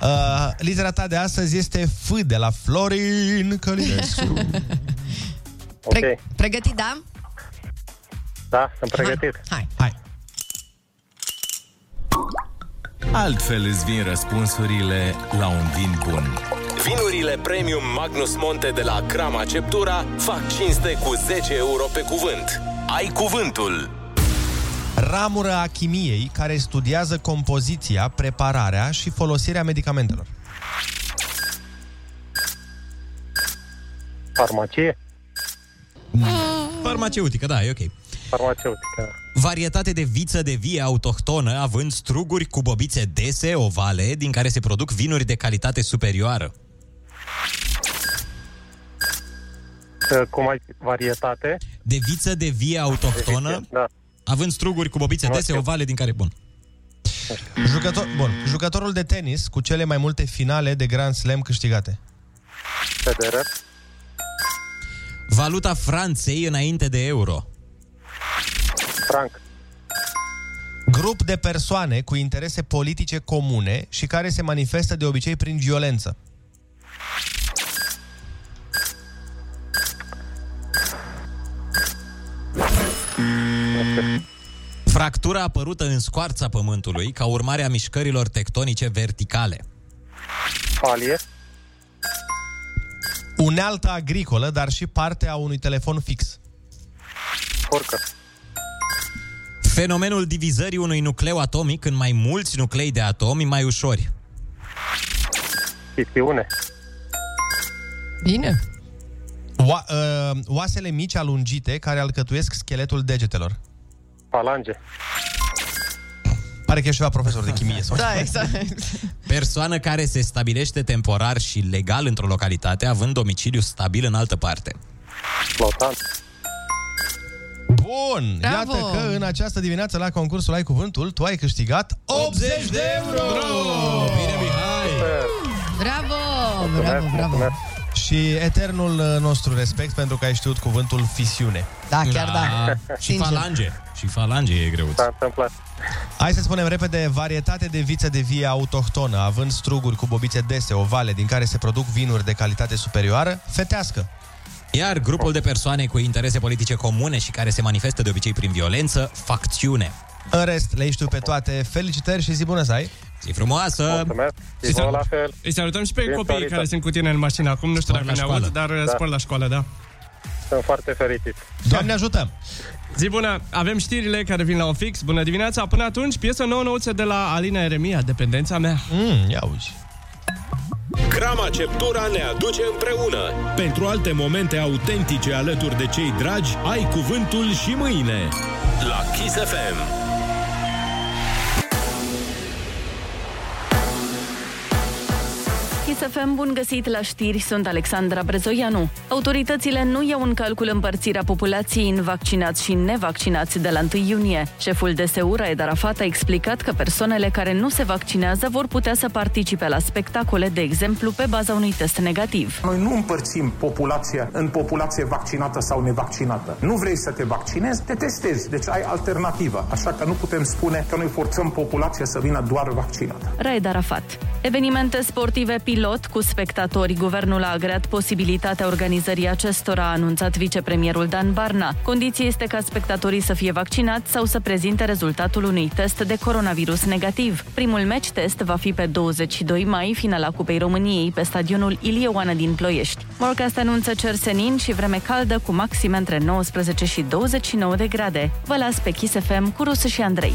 S6: Uh, litera ta de astăzi este F de la Florin Călinescu.
S17: <laughs> Ok,
S7: Pregătit, da?
S17: da, sunt pregătit.
S7: Hai.
S9: Altfel îți vin răspunsurile la un vin bun.
S1: Vinurile premium Magnus Monte de la Crama Ceptura fac cinste cu 10 euro pe cuvânt. Ai cuvântul!
S6: Ramură a chimiei care studiază compoziția, prepararea și folosirea medicamentelor.
S17: <laughs> Farmacie,
S2: Farmaceutică, da, e ok.
S17: farmaceutică.
S2: Varietate de viță de vie autohtonă, având struguri cu bobițe dese, ovale, din care se produc vinuri de calitate superioară.
S17: Uh, Cum ai zis, varietate?
S2: De viță de vie autohtonă,
S17: Da.
S2: având struguri cu bobițe
S6: Nu
S2: dese,
S6: știu.
S2: ovale, din care... Bun.
S6: Jucător, bun, jucătorul de tenis cu cele mai multe finale de Grand Slam câștigate.
S17: Federer,
S2: Valuta Franței înainte de euro.
S17: Frank,
S6: Grup de persoane cu interese politice comune și care se manifestă de obicei prin violență.
S2: Fractura apărută în scoarța pământului ca urmare a mișcărilor tectonice verticale.
S17: falie,
S6: Unealtă agricolă, dar și parte a unui telefon fix.
S17: furcă,
S2: Fenomenul divizării unui nucleu atomic în mai mulți nuclei de atomi mai ușori.
S16: <laughs>
S17: chestiune,
S7: Bine.
S6: O- uh, oasele mici alungite care alcătuiesc scheletul degetelor.
S17: falange,
S6: Pare că ești ceva profesor de chimie. Sau
S7: Da,
S6: <laughs>
S7: exact.
S2: Persoană care se stabilește temporar și legal într-o localitate, având domiciliu stabil în altă parte.
S17: flotant,
S6: Bun!
S17: Bravo!
S6: Iată că în această dimineață la concursul Ai Cuvântul tu ai câștigat 80 de euro! Bravo! Bine, Mihai!
S7: Bravo! Bravo, bravo.
S6: Și eternul uh, nostru respect pentru că ai știut cuvântul fisiune.
S7: Da, chiar da.
S2: Și
S7: Sincer.
S2: falange. Și falange e greu.
S17: s-a întâmplat.
S6: Hai să spunem repede, varietate de viță de vie autohtonă, având struguri cu bobițe dese, ovale, din care se produc vinuri de calitate superioară, fetească.
S2: Iar grupul de persoane cu interese politice comune și care se manifestă de obicei prin violență, facțiune.
S6: În rest, le știu pe toate. Felicitări și zi bună să ai!
S2: Zi frumoasă!
S17: Mulțumesc!
S8: Îi salut- Îi salutăm și pe
S17: Bine,
S8: copiii
S17: Florita.
S8: care sunt cu tine în mașină acum, nu știu
S2: Spor
S8: dacă ne
S2: la
S8: aud,
S2: școală.
S8: dar
S17: Da.
S8: da. spor la școală, da.
S17: Sunt foarte fericit.
S6: Doamne ajută!
S8: Zi bună, avem știrile care vin la un fix. Bună dimineața, până atunci, piesă nouă nouță de la Alina Eremia, Dependența mea.
S6: Mm, ia uzi.
S1: Crama Ceptura ne aduce împreună. Pentru alte momente autentice alături de cei dragi, ai cuvântul și mâine. La Kiss FM.
S10: Kiss FM, bun găsit la știri, sunt Alexandra Brezoianu. Autoritățile nu iau în calcul împărțirea populației în vaccinați și nevaccinați de la 1 iunie. Șeful de SEU, Raed Arafat, a explicat că persoanele care nu se vaccinează vor putea să participe la spectacole, de exemplu, pe baza unui test negativ.
S11: Noi nu împărțim populația în populație vaccinată sau nevaccinată. Nu vrei să te vaccinezi, te testezi, deci ai alternativa. Așa că nu putem spune că noi forțăm populația să vină doar vaccinată.
S10: Raed Arafat. Evenimente sportive pilot cu spectatori. Guvernul a agreat posibilitatea organizării acestora, a anunțat vicepremierul Dan Barna. Condiția este ca spectatorii să fie vaccinați sau să prezinte rezultatul unui test de coronavirus negativ. Primul meci test va fi pe 22 mai, finala Cupei României, pe stadionul Ilie Oana din Ploiești. Morcast anunță cer senin și vreme caldă cu maxime între 19 și 29 de grade. Vă las pe Kiss FM cu Rusu și Andrei.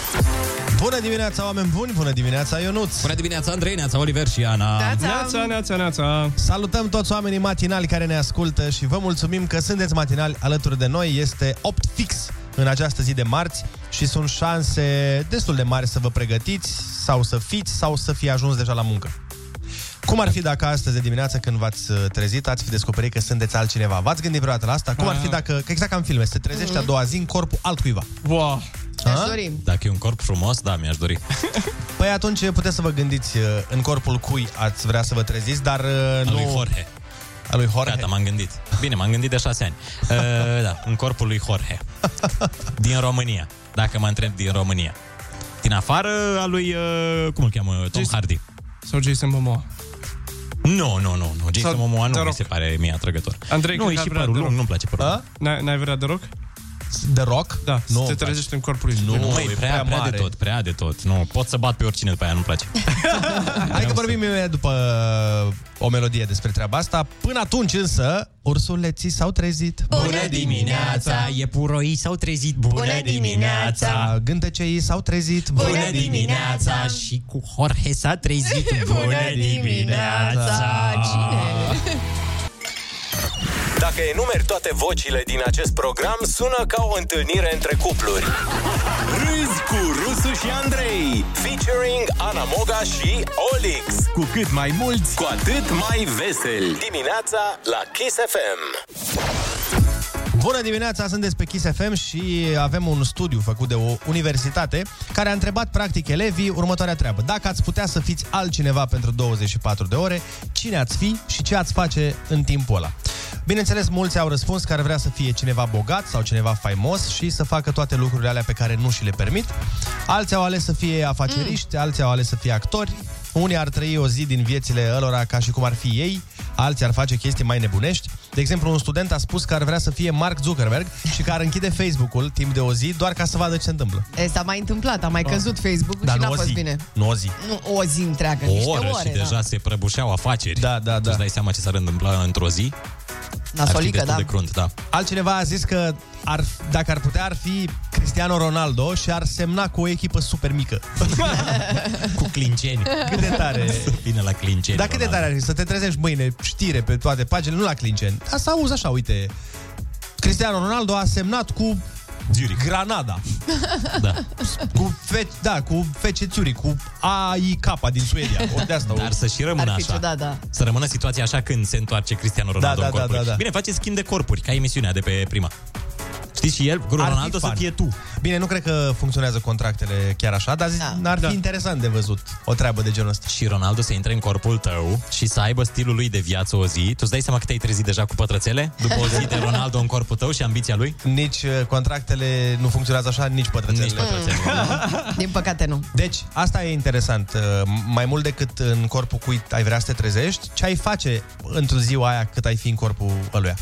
S6: Bună dimineața, oameni buni! Bună dimineața, Ionuț!
S2: Bună dimineața, Andrei, neața, Oliver și Ana.
S8: Neața, neața, neața.
S6: Salutăm toți oamenii matinali care ne ascultă și vă mulțumim că sunteți matinali alături de noi. Este 8 fix în această zi de marți și sunt șanse destul de mari să vă pregătiți sau să fiți sau să fi ajuns deja la muncă. Cum ar fi dacă astăzi de dimineață când v-ați uh, trezit ați fi descoperit că sunteți altcineva? V-ați gândit vreodată la asta? Cum ar fi
S8: Ah.
S6: dacă, că exact ca în filme, se trezește a doua zi în corpul altcuiva? Ah?
S8: Wow!
S6: Mi-aș dori.
S2: Dacă e un corp frumos, da, mi-aș dori.
S6: Păi atunci puteți să vă gândiți uh, în corpul cui ați vrea să vă treziți, dar uh,
S2: Al
S6: nu...
S2: lui Jorge.
S6: Al lui Jorge?
S2: Gata, m-am gândit. Bine, m-am gândit de șase ani. Uh, da, în corpul lui Jorge. Din România, dacă mă întreb din România. Din afară al lui, uh, cum îl cheamă, Tom Hardy.
S8: Sau Jason Momoa.
S2: Nu, nu, nu, nu. Jason
S8: Sau
S2: Momoa
S8: The
S2: nu mi
S8: Rock.
S2: se pare mie atrăgător.
S8: Andrei,
S2: nu,
S8: cred
S2: e
S8: că
S2: și
S8: ar vrea
S2: părul
S8: The
S2: lung,
S8: Rock.
S2: nu-mi place părul lung.
S8: N-ai, n-ai vrea de rock?
S6: De rock?
S8: Da,
S2: Nu,
S8: nu, te
S2: îmi
S8: trezești în corpul lui.
S2: Nu,
S8: Păi
S2: e prea, prea, prea de tot, prea de tot. Nu, pot să bat pe oricine după aia, nu-mi place.
S6: Hai că vorbim imediat după uh, o melodie despre treaba asta. Până atunci însă, ursuleții s-au trezit.
S2: Bună dimineața! Iepuroii s-au trezit. Bună dimineața!
S6: Gândecei s-au trezit.
S2: Bună dimineața! Și cu Jorge s-a
S6: <laughs>
S2: trezit. Bună dimineața!
S9: Dacă enumeri toate vocile din acest program, sună ca o întâlnire între cupluri. Râzi cu Rusu și Andrei, featuring Ana Moga și Olix. Cu cât mai mulți, cu atât mai veseli. Dimineața la Kiss FM.
S6: Bună dimineața, sunteți pe Kiss FM și avem un studiu făcut de o universitate care a întrebat practic elevii următoarea treabă. Dacă ați putea să fiți altcineva pentru 24 de ore, cine ați fi și ce ați face în timpul ăla? Bineînțeles, mulți au răspuns că ar vrea să fie cineva bogat sau cineva faimos și să facă toate lucrurile alea pe care nu și le permit. Alții au ales să fie afaceriști, alții au ales să fie actori, unii ar trăi o zi din viețile lor ca și cum ar fi ei, alții ar face chestii mai nebunești. De exemplu, un student a spus că ar vrea să fie Mark Zuckerberg și că ar închide Facebook-ul timp de o zi doar ca să vadă ce se întâmplă.
S7: E, S-a mai întâmplat, a mai căzut Facebook-ul și
S6: Da. nu
S7: n-a
S6: o
S7: fost
S6: zi.
S7: bine.
S6: Nu o zi.
S7: Nu o zi întreagă,
S2: O
S7: niște
S2: oră
S7: ore. da.
S2: și deja se prăbușeau afaceri.
S6: Da, da, da.
S2: Tu îți dai seama ce s-ar întâmpla într-o zi? Ar fi
S6: Nasolică,
S2: destul
S6: da.
S2: de crunt, da.
S6: Altcineva a zis că ar, dacă ar putea ar fi Cristiano Ronaldo și ar semna cu o echipă super mică.
S2: Cu clinceni.
S6: Cât de tare.
S2: Să vină la clinceni.
S6: Dar cât de tare ar fi să te trezești mâine știre pe toate paginile, nu la Clinceni. Asta auzi așa, uite. Cristiano Ronaldo a semnat cu
S2: Zurich.
S6: Granada.
S2: Da.
S6: Cu, fe- da, cu FC Zurich, cu AIK din Suedia. Ori de
S2: <laughs>
S6: asta,
S2: Dar să și rămână
S7: Ar fi
S2: așa.
S7: ciudat, da.
S2: Să rămână situația așa când se întoarce Cristiano Ronaldo
S6: da,
S2: în
S6: da,
S2: corpuri.
S6: da, da.
S2: Bine, face schimb de corpuri, ca emisiunea de pe prima. Știi și el, cu
S6: Ar fi
S2: Ronaldo să
S6: fan.
S2: fie tu.
S6: Bine, nu cred că funcționează contractele chiar așa, dar da. ar fi da. interesant de văzut o treabă de genul ăsta.
S2: Și Ronaldo să intre în corpul tău și să aibă stilul lui de viață o zi. Tu îți dai seama că te-ai trezit deja cu pătrățele după o zi de
S6: <laughs>
S2: Ronaldo în corpul tău și ambiția lui?
S6: Nici uh, contractele nu funcționează așa, nici pătrățelele.
S2: Nici pătrățele.
S7: <laughs> Din păcate nu.
S6: Deci, asta e interesant. Uh, Mai mult decât în corpul cui ai vrea să te trezești, ce ai face într-o ziua aia cât ai fi în corpul ăluia?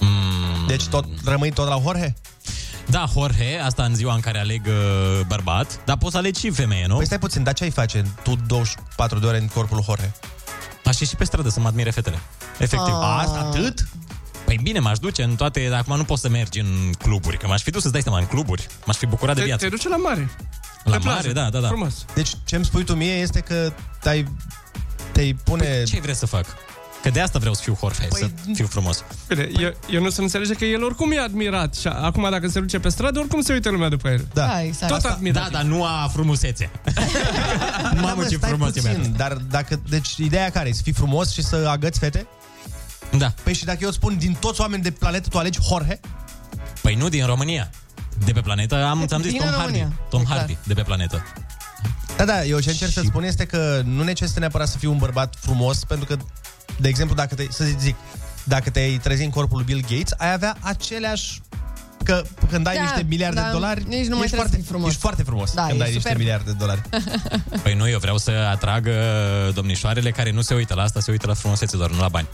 S2: Mm.
S6: Deci tot, rămâi tot la Jorge?
S2: Da, Jorge, asta în ziua în care aleg uh, bărbat, dar poți să alegi și femeie, nu?
S6: Păi stai puțin, dar ce ai face tu 24 de ore în corpul lui Jorge?
S2: Aș ieși pe stradă să mă admire fetele. Efectiv.
S6: Ah. Efectiv. A, asta atât?
S2: Păi bine, m-aș duce în toate, dar acum nu poți să mergi în cluburi, că m-aș fi dus, să dai seama, în cluburi. M-aș fi bucurat de
S6: Te-
S2: viață.
S6: te
S8: duce la mare.
S2: La
S6: Pe
S2: mare,
S6: plajă.
S2: da, da, da.
S8: Frumos.
S6: Deci ce-mi spui tu mie este că te-ai, te-ai pune... Păi,
S2: ce vrei să fac? Că de asta vreau să fiu Jorge, păi... să fiu frumos.
S8: Bine, eu, eu nu se înțelege că el oricum e admirat și acum dacă se duce pe stradă, oricum se uită lumea după el.
S6: Da.
S7: Hai,
S8: Tot
S6: Asta-
S8: admirat.
S6: da,
S2: dar nu a
S6: <laughs>
S2: frumusețe.
S6: Mamă,
S2: ce frumos e băiatul.
S6: Dar dacă, deci ideea care e? Să fii frumos și să agăți fete?
S2: Da.
S6: Păi și dacă eu îți spun din toți oamenii de planetă, tu alegi Jorge?
S2: Păi nu din România. De pe planetă, am, ți-am zis
S6: Din
S2: Tom Hardy.
S6: România,
S2: Tom
S6: e clar.
S2: Hardy, de pe planetă.
S6: Da, da, eu ce încerc să spun este că nu necesită neapărat să fii un bărbat frumos, pentru că, de exemplu, dacă te, să zic, dacă te-ai trezi în corpul lui Bill Gates, ai avea aceleași că când ai
S7: Da,
S6: niște miliarde
S7: da,
S6: de dolari,
S7: nici nu mai trebuie
S6: ești,
S7: să
S6: foarte,
S7: fii frumos.
S6: ești foarte frumos
S7: Da,
S6: când
S7: e
S6: ai niște
S7: superb.
S6: miliarde de
S7: <laughs>
S6: dolari.
S2: Păi nu, eu vreau să atrag uh, domnișoarele care nu se uită la asta, se uită la frumusețe doar, nu la bani.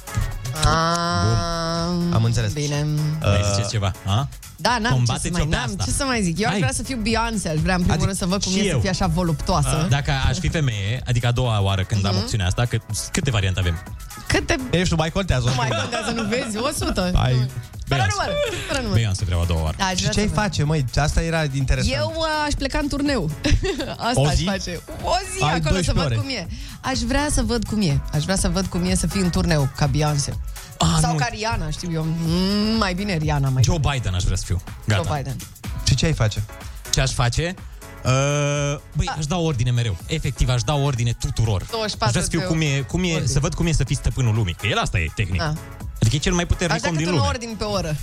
S7: Am
S6: înțeles.
S7: Bine.
S6: Uh,
S2: Mai ziceți ceva, a?
S7: Da, n-am ce să,
S2: Combateți-o
S7: mai,
S2: pe
S7: n-am
S2: Uh, asta.
S7: ce să mai zic. Eu aș
S2: Hai.
S7: vrea să fiu Beyoncé, aș vrea în primul rând să văd cum
S2: și
S7: e să
S2: eu. Uh, da.
S7: fie așa voluptoasă.
S2: Dacă aș fi femeie, adică a doua oară când am
S7: Mhm.
S2: opțiunea asta, cât, câte variante avem?
S7: Câte...
S6: Deci nu mai contează.
S7: Nu mai contează, nu vezi? 100.
S6: Ai...
S7: Fără număr, fără număr.
S2: Beyoncé vreau a doua oară.
S7: Da, aș
S6: și
S7: vrea
S6: ce ai
S7: să văd.
S6: face, măi? Asta era interesant.
S7: Eu uh, aș pleca în turneu. <laughs> Asta
S6: O
S7: aș
S6: zi?
S7: face. O zi
S6: Ai
S7: acolo să
S6: 12
S7: văd
S6: ore.
S7: cum e. Aș vrea să văd cum e. Aș vrea să văd cum e să fii în turneu, ca Beyoncé.
S2: Ah,
S7: Sau
S2: nu.
S7: ca Rihanna, știu eu. Mm, mai bine Rihanna, mai
S2: Joe Biden aș vrea să fiu.
S7: bine
S2: Gata.
S7: Joe Biden.
S6: Și ce ai face?
S2: Ce aș face? Uh, băi, aș da ordine mereu. Efectiv, aș da ordine tuturor.
S7: 24
S2: Aș vrea să fiu
S7: de
S2: cum e, cum e, să văd cum e să fii stăpânul lumii. Că el asta e tehnic.
S7: Ah.
S2: Adică e cel mai
S7: Aș
S2: puternic
S7: da
S2: om
S7: cât
S2: din
S7: un
S2: lume.
S7: ordin pe oră.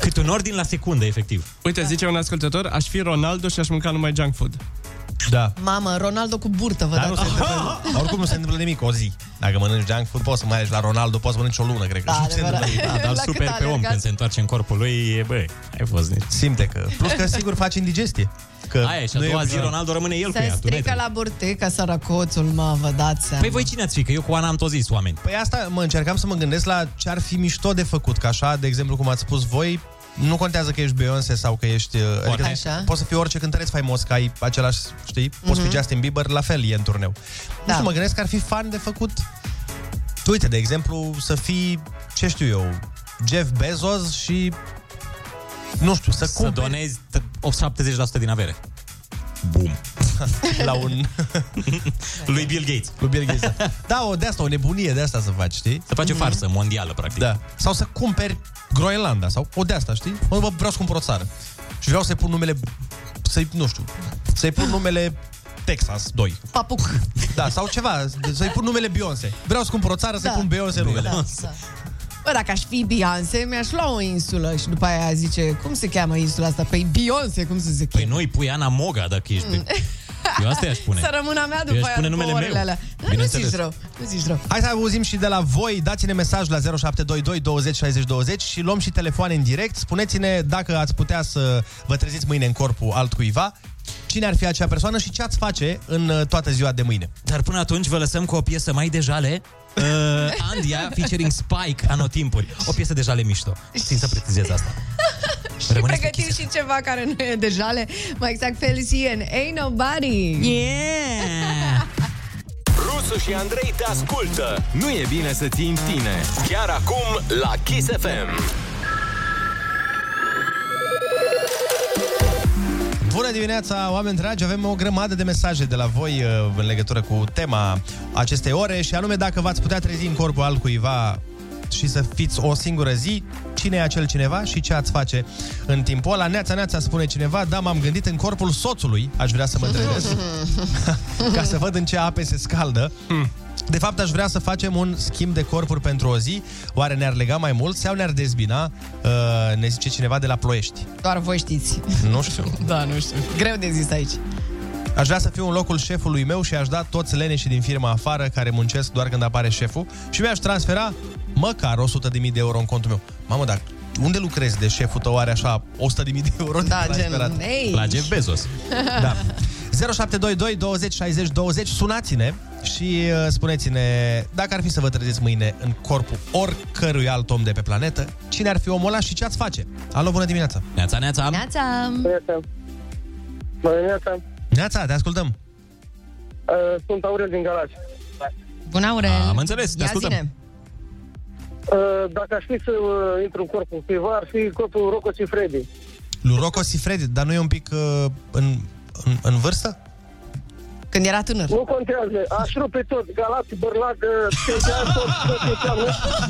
S2: Cât un ordin la secundă, efectiv.
S8: Uite, zice un ascultător, aș fi Ronaldo și aș mânca numai junk food. <laughs>
S6: Da.
S7: Mamă, Ronaldo cu burtă, vă
S6: Dar
S7: dați.
S6: nu se întâmplă, oricum nu se întâmplă nimic o zi. Dacă mănânci junk food, poți să mai ieși la Ronaldo, poți să mănânci o lună, cred că.
S7: Da,
S6: și nu se
S7: adevărat.
S6: întâmplă nimic.
S2: Da, dar
S7: La cât
S2: super
S7: a
S2: pe om
S7: alergat?
S2: când se întoarce în corpul lui, e, băi, ai fost nici.
S6: Simte că... Plus
S2: <laughs>
S6: că sigur face indigestie. Că
S2: Aia e, și a
S6: nu e
S2: doua zi
S6: ok.
S2: Ronaldo rămâne el cu
S7: Se
S2: ea. tu n-ai
S7: strică la burteca săracoțul, mă, vă dați seama.
S2: Păi voi cine ați fi? Că eu cu Ana am tot zis oameni.
S6: Păi asta mă încercam să mă gândesc la ce ar fi mișto de făcut, că așa, de exemplu, cum ați spus voi, nu contează că ești Beyoncé sau că ești... uh, Adică
S7: Așa.
S6: Poți să fii orice cântăreț faimos, că ai același, știi? Poți fi
S7: Mhm.
S6: Justin Bieber, la fel e în turneu. Nu
S7: Da.
S6: știu, mă gândesc că ar fi fan de făcut... Tu uite, de exemplu, să fii, ce știu eu, Jeff Bezos și... Nu știu, să,
S2: Să donezi t- 70% din avere. Bum.
S6: <laughs> la un...
S2: <laughs> Lui Bill Gates.
S6: Lui Bill Gates. da. Da, o, de asta, o nebunie de asta să faci, știi?
S2: Să faci o farsă mondială, practic.
S6: Mm. Da. Sau să cumperi Groenlanda sau o de asta, știi? Mă, bă, vreau să cumpăr o țară. Și vreau să-i pun numele, să-i, nu știu, să-i pun numele Texas 2.
S7: Păi, Papuc.
S6: Da, sau ceva, să-i pun numele Beyoncé. Vreau să cumpăr o țară, să-i
S7: Da.
S6: pun Beyoncé numele.
S7: Da, da. Bă, dacă aș fi Beyoncé, mi-aș lua o insulă și după aia zice, cum se cheamă insula asta? Păi Beyoncé, cum se zice?
S2: Păi noi pui Ana Moga dacă ești pe... Eu asta i-aș pune.
S7: Să rămână a mea
S2: Eu
S7: după
S2: aș
S7: aia,
S2: pune
S7: după
S2: numele
S7: orele
S2: meu.
S7: alea. Nu, nu
S2: Bineînțeles.
S7: zici rău, nu zici rău.
S6: Hai să auzim și de la voi. Dați-ne mesaj la 0722 20 60 20 și luăm și telefoane în direct. Spuneți-ne dacă ați putea să vă treziți mâine în corpul altcuiva, cine ar fi acea persoană și ce ați face în uh, toată ziua de mâine.
S2: Dar până atunci vă lăsăm cu o piesă mai de
S7: <laughs>
S2: jale. Uh, Andia featuring Spike Anotimpuri. O piesă de jale mișto. Țin să precizez
S7: <laughs>
S2: asta.
S7: Și
S2: Rămâneți pe
S7: pregătim și ceva care nu e de jale. Mai exact, Felicien, Ain't Nobody.
S2: Yeah!
S9: Rusu și Andrei te ascultă. Nu e bine să ții în tine. Chiar acum la Kiss FM.
S6: Bună dimineața, oameni dragi! Avem o grămadă de mesaje de la voi uh, în legătură cu tema acestei ore și anume dacă v-ați putea trezi în corpul altcuiva și să fiți o singură zi, cine e acel cineva și ce ați face în timpul ăla. Neața, neața, spune cineva, da, m-am gândit în corpul soțului, aș vrea să mă
S12: <laughs>
S6: trezesc,
S8: <laughs>
S6: ca să văd în ce ape se scaldă. De fapt, aș vrea să facem un schimb de corpuri pentru o zi. Oare ne-ar lega mai mult sau ne-ar dezbina, uh, ne zice cineva de la Ploiești.
S7: Doar voi știți.
S6: Nu știu.
S7: <laughs> Da, nu știu. Greu de zis aici.
S6: Aș vrea să fiu în locul șefului meu și aș da toți leneșii din firma afară care muncesc doar când apare șeful și mi-aș transfera măcar 100.000 de euro în contul meu. Mamă, dar unde lucrezi de șeful tău are așa 100.000 de euro
S7: Da,
S6: de transferat?
S7: gen, ei. La Jeff
S2: Bezos.
S6: Da. 0722 20 60 20 Sunați-ne și uh, spuneți-ne dacă ar fi să vă treziți mâine în corpul oricărui alt om de pe planetă, cine ar fi omul ăla și ce ați face? Alo, bună dimineața!
S2: Neața, neața.
S7: Neața!
S17: Bună dimineața!
S6: Neața, te ascultăm!
S17: Uh, sunt Aurel din Galați.
S7: Bună, Aurel!
S2: Am înțeles, te
S7: Ia
S2: ascultăm.
S7: zine.
S18: Uh, Dacă aș fi să uh, intru în corpul cuiva, ar fi corpul Rocco Cifredi.
S6: Lui Rocco Sifredi, dar nu e un pic uh, în, în, în
S2: <laughs>
S6: vârstă?
S7: Când era tânăr.
S18: Nu contează, aș rupe tot, Galați, Bărlacă, Cetea, tot, tot ce înseamnă,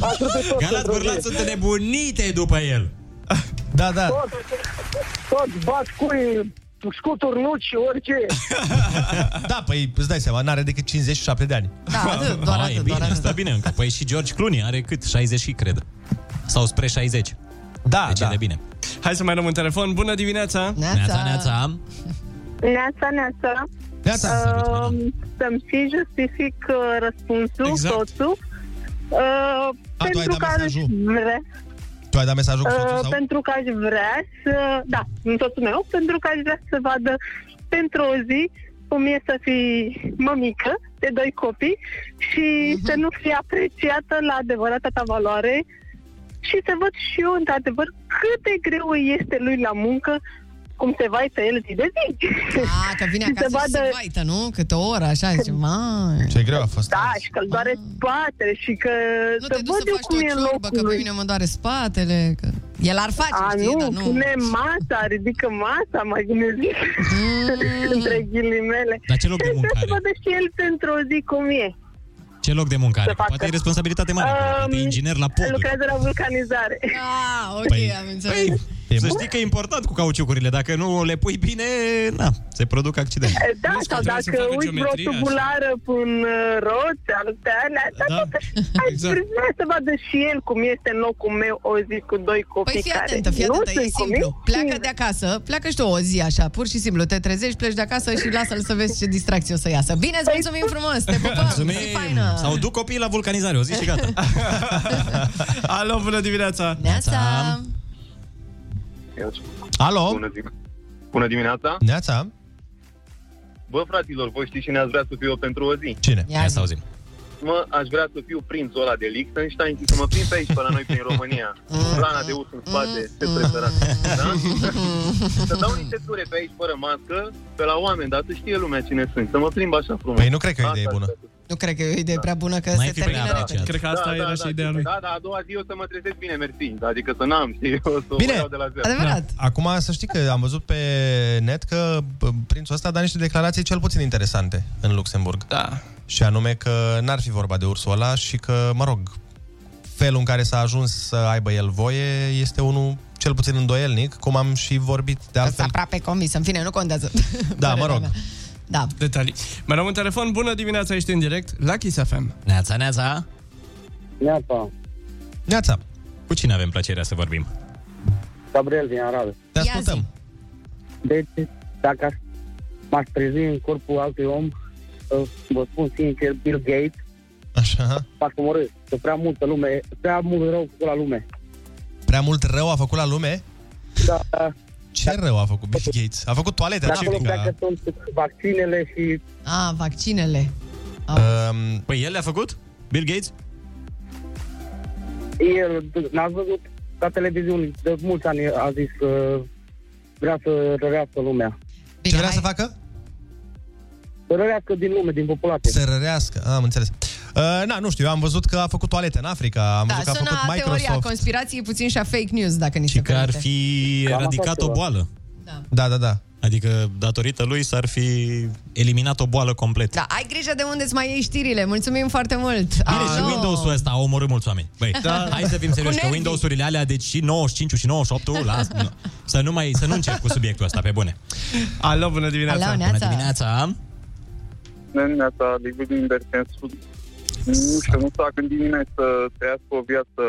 S18: aș rupe tot.
S2: Galați
S18: pentru
S2: Bârlați
S18: mine.
S2: sunt nebunite după el.
S6: Da, da.
S18: Tot, tot, bat cui, scuturi, nuci,
S6: <laughs>
S18: orice.
S6: Da, păi îți dai seama, n-are decât 57 de ani.
S7: Da, atât, doar
S2: Ah,
S7: atât,
S2: e bine,
S7: doar atât.
S2: stă bine încă. Păi și George Clooney are cât? 60 și cred. Sau spre 60.
S6: Da,
S2: deci da. e de bine.
S8: Hai să mai luăm un telefon. Bună dimineața!
S2: Neața, neața.
S19: Neața, neața.
S2: Neața, salut,
S19: uh, Să-mi și justific uh, răspunsul,
S6: Exact.
S19: soțul. Uh,
S6: A, tu ai
S19: pentru
S6: dat
S19: că aș
S6: mesajul?
S19: vrea,
S6: Tu ai dat mesajul cu soțul
S19: uh,
S6: sau?
S19: pentru că aș vrea să, da, în soțul meu, pentru că aș vrea să vadă pentru o zi cum e să fii mămică de doi copii și
S2: Mhm.
S19: să nu fii apreciată la adevărata ta valoare și să văd și eu, într-adevăr, cât de greu îi este lui la muncă, cum se vaită el zi de zi.
S7: A, Ah, că vine
S19: Și
S7: acasă
S19: să
S7: și se
S19: vadă-
S7: vaită, nu? Câte o oră, așa, zice, mai...
S6: Ce greu a fost.
S19: Da, și că îl doare spatele și că
S7: Ah. Nu
S19: să
S7: te duci
S19: văd
S7: să
S19: eu
S7: faci
S19: cum e
S7: tu o ciorbă, că
S19: locul
S7: pe
S19: lui. Ah,
S7: mine mă doare spatele, că...
S2: Adică,
S7: El ar face,
S19: A,
S7: știi,
S19: nu,
S7: dar nu...
S19: pune masa, ridică masa, mai bine zis, între ghilimele.
S2: Ah. Dar ce loc de
S19: Și
S2: muncă
S19: să
S2: are?
S19: vadă și el pentru o zi cum e.
S2: Ce loc de muncă
S19: Să
S2: are?
S19: facă.
S2: Poate e responsabilitate mare. acolo, Poate e inginer la poduri.
S19: Lucrează la vulcanizare. Deci
S7: Ah, ok,
S2: Păi-
S7: am înțeles.
S2: Să știi că e important cu cauciucurile. Dacă nu le pui bine, na, se produc accidente.
S19: Da,
S2: Nu,
S19: sau
S2: trebuie Deci să
S19: dacă
S2: facă
S19: uiți vreo
S2: geometrie, așa.
S19: tubulară pun uh, roți, alte alea, da, da.
S8: Exact.
S19: vrea să vadă și el cum este în locul meu o zi cu doi copii
S7: Păi fii
S19: care
S7: atentă, fii
S19: nu
S7: atentă, e
S19: sunt cu
S7: simplu.
S19: mine.
S7: Pleacă de acasă, pleacă și tu o zi așa, pur și simplu. Te trezești, pleci de acasă și lasă-l să vezi ce distracție o să iasă. Bine,
S19: Păi
S7: îți mulțumim frumos, te pupăm,
S2: Mulțumim.
S7: zi faină!
S2: Sau duc copiii la vulcanizare, o zi și gata.
S7: <laughs>
S8: Alo, bună dimineața!
S7: Neața!
S6: Alo?
S20: Bună, zi- Bună dimineața!
S6: Neața?
S20: Bă, fraților, voi știți cine ați vrea să fiu eu pentru o zi?
S6: Cine?
S2: Ia să auzim.
S20: Mă, aș vrea să fiu prințul ăla de Liechtenstein și să mă prind pe aici, pe la noi, prin România. Plana de urs în spate, ce preferați, da? Să dau niște ture pe aici, fără mască, pe la oameni, dar să știe lumea cine sunt. Să mă plimb așa frumos.
S6: Păi nu cred că e o idee bună.
S7: Nu cred că e o idee prea bună că se termină repede.
S20: da, da, da, Da, da, a doua zi eu să mă trezesc bine, mersi. Adică să n-am, știi, eu să Bine. o iau de la zero.
S6: Da. Acum să știi că am văzut pe net că bă, prințul ăsta a dat niște declarații cel puțin interesante în Luxemburg.
S8: Da.
S6: Și anume că n-ar fi vorba de ursul ăla și că, mă rog, felul în care s-a ajuns să aibă el voie este unul cel puțin îndoielnic, cum am și vorbit de altfel.
S7: Aproape convins, în fine, nu contează.
S6: Da, mă rog.
S7: Da.
S8: Detalii. Mai luăm un telefon. Bună dimineața, ești în direct la Kiss FM.
S2: Neața, neața.
S20: Neața,
S6: Neața.
S2: Cu cine avem plăcerea să vorbim?
S20: Gabriel din Arad.
S6: Te ascultăm.
S20: Deci, dacă aș- m-aș trezi în corpul altui om, uh, vă spun sincer, Bill Gates,
S6: Așa.
S20: m-aș omorâ. Că prea multă lume, prea mult rău cu la lume.
S6: Prea mult rău a făcut la lume?
S20: Da.
S6: Ce rău a făcut Bill Gates? A făcut toalete?
S20: De
S6: ce
S20: acolo
S6: cu-
S20: pleacă sunt vaccinele și...
S7: A, vaccinele.
S6: Um,
S2: păi el le-a făcut? Bill Gates?
S20: El, n-ați văzut la televiziuni, de mulți ani a zis că vrea să rărească lumea.
S6: Ce vrea să facă?
S20: Să rărească din lume, din populație.
S6: Să rărească, am înțeles. Uh, na, nu știu, eu am văzut că a făcut toalete în Africa, am
S7: Da,
S6: văzut că a
S7: sună
S6: făcut
S7: a teoria
S6: Microsoft.
S7: conspirației puțin și a fake news, dacă ni se
S2: Că Adică ar
S7: permite.
S2: fi
S6: Cam
S2: eradicat
S6: așa ceva.
S2: o boală.
S6: Da, da, da.
S2: Adică, datorită lui, s-ar fi eliminat o boală complet.
S7: Da, ai grijă de unde îți mai iei știrile. Mulțumim foarte mult.
S2: Bine,
S7: Alo.
S2: și Windows-ul ăsta a omorât mulți oameni. Băi,
S7: Ah. Da.
S2: da. hai să fim
S7: Cu
S2: serioși, că
S7: nervii.
S2: Windows-urile alea, deci și 95 și 98 la, nu. să nu mai, să nu încep cu subiectul ăsta, pe bune.
S8: Alo, bună dimineața!
S7: Alo, neața.
S2: Bună dimineața!
S21: Neața, Liviu din Bercensu. Nu știu, nu s-a gândit nimeni să trăiască o viață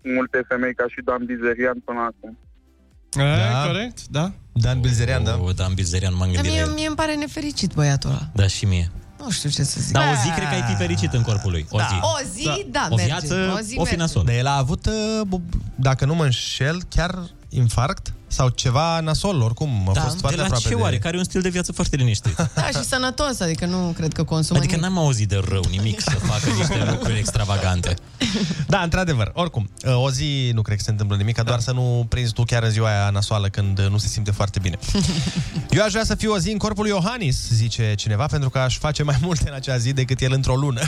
S21: cu multe femei ca și Dan Bizerian până acum.
S8: Da. corect, da.
S6: Dan Bilzerian,
S2: da? O, Dan Bilzerian, m-am
S7: Dar
S2: gândit la
S7: mie,
S2: el.
S7: mie îmi pare nefericit băiatul ăla.
S2: Da, și mie.
S7: Nu știu ce să zic.
S2: Dar o zi cred că ai fi fericit în corpul lui. O
S7: Da.
S2: zi.
S7: O zi, da,
S2: O
S7: merge.
S2: viață,
S7: O zi
S2: o fi
S7: merge.
S2: nasol.
S6: Dar el a avut, uh, bu- dacă nu mă înșel, chiar infarct? Sau ceva nasol, oricum, a
S2: Da,
S6: fost
S2: de
S6: foarte
S2: la
S6: aproape
S2: ce
S6: de...
S2: oare? Care e un stil de viață foarte liniștit.
S7: Da, și sănătos, adică nu cred că consumă
S2: Adică n-am auzit de rău nimic să facă niște lucruri extravagante.
S6: Da, într-adevăr, oricum, uh, o zi nu cred că se întâmplă nimic, da. doar să nu prinzi tu chiar în ziua aia nasoală când uh, nu se simte foarte bine. Eu aș vrea să fiu o zi în corpul lui Iohannis, zice cineva, pentru că aș face mai multe în acea zi decât el într-o
S8: <laughs>
S6: lună.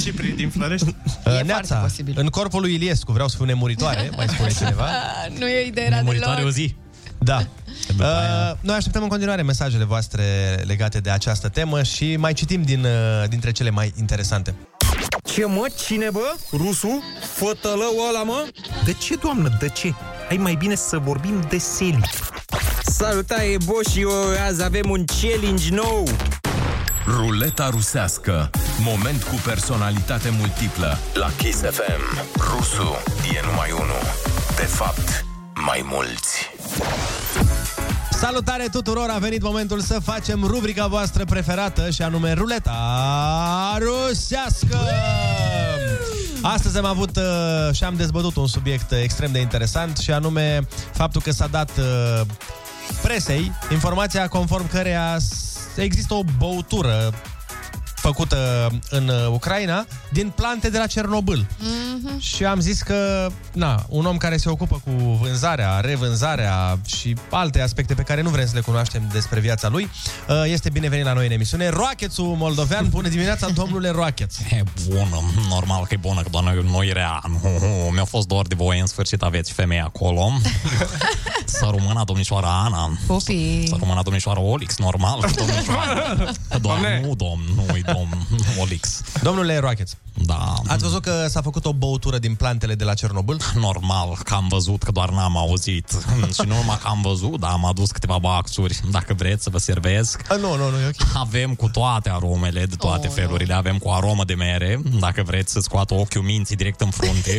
S8: Cipri din Florești.
S6: E Neața, în corpul lui Iliescu, vreau să fiu nemuritoare, mai
S7: <laughs>
S6: spune cineva.
S7: nu e ideea era deloc.
S6: zi. Da. <laughs> Uh, noi așteptăm în continuare mesajele voastre legate de această temă și mai citim din, uh, dintre cele mai interesante.
S4: Ce mă? Cine bă? Rusu? Fătălău ăla mă? De ce, doamnă, de ce? Hai mai bine să vorbim de seli.
S22: Salutare, boșio! Azi avem un challenge nou!
S9: Ruleta rusească. Moment cu personalitate multiplă. La Kiss FM. Rusu e numai unul. De fapt, mai mulți.
S6: Salutare tuturor, a venit momentul să facem rubrica voastră preferată și anume ruleta rusească! Astăzi am avut uh, și am dezbătut un subiect uh, extrem de interesant și anume faptul că s-a dat uh, presei informația conform căreia s- există o băutură făcută în uh, Ucraina din plante de la Cernobâl. Și am zis că, na, un om care se ocupă cu vânzarea, revânzarea și alte aspecte pe care nu vrem să le cunoaștem despre viața lui, ă, este binevenit la noi în emisiune. Roachețu Moldovean, bună dimineața, domnule Roacheț.
S2: E bună, <laughs> normal că e bună, că doar nu, nu e rea. Nu, nu, Mi-a fost doar de voi, în sfârșit aveți femeie acolo. Să rămână domnișoara Ana.
S7: Copii.
S2: Să rămână domnișoara Olix, normal.
S14: <laughs>
S2: Domnișoara. Doamne. Nu, domn, nu e domn <laughs> Olix.
S6: Domnule Roacheț.
S2: Da.
S6: Ați văzut că s-a făcut o băutură din plantele de la Cernobâl?
S2: Normal, că am văzut, că doar n-am auzit. <laughs> și nu numai că am văzut, dar am adus câteva baxuri, dacă vreți să vă servesc.
S6: A, nu, nu, nu, e ok.
S2: Avem cu toate aromele, de toate oh, felurile. Avem cu aromă de mere, dacă vreți să scoată ochiul minții direct în frunte,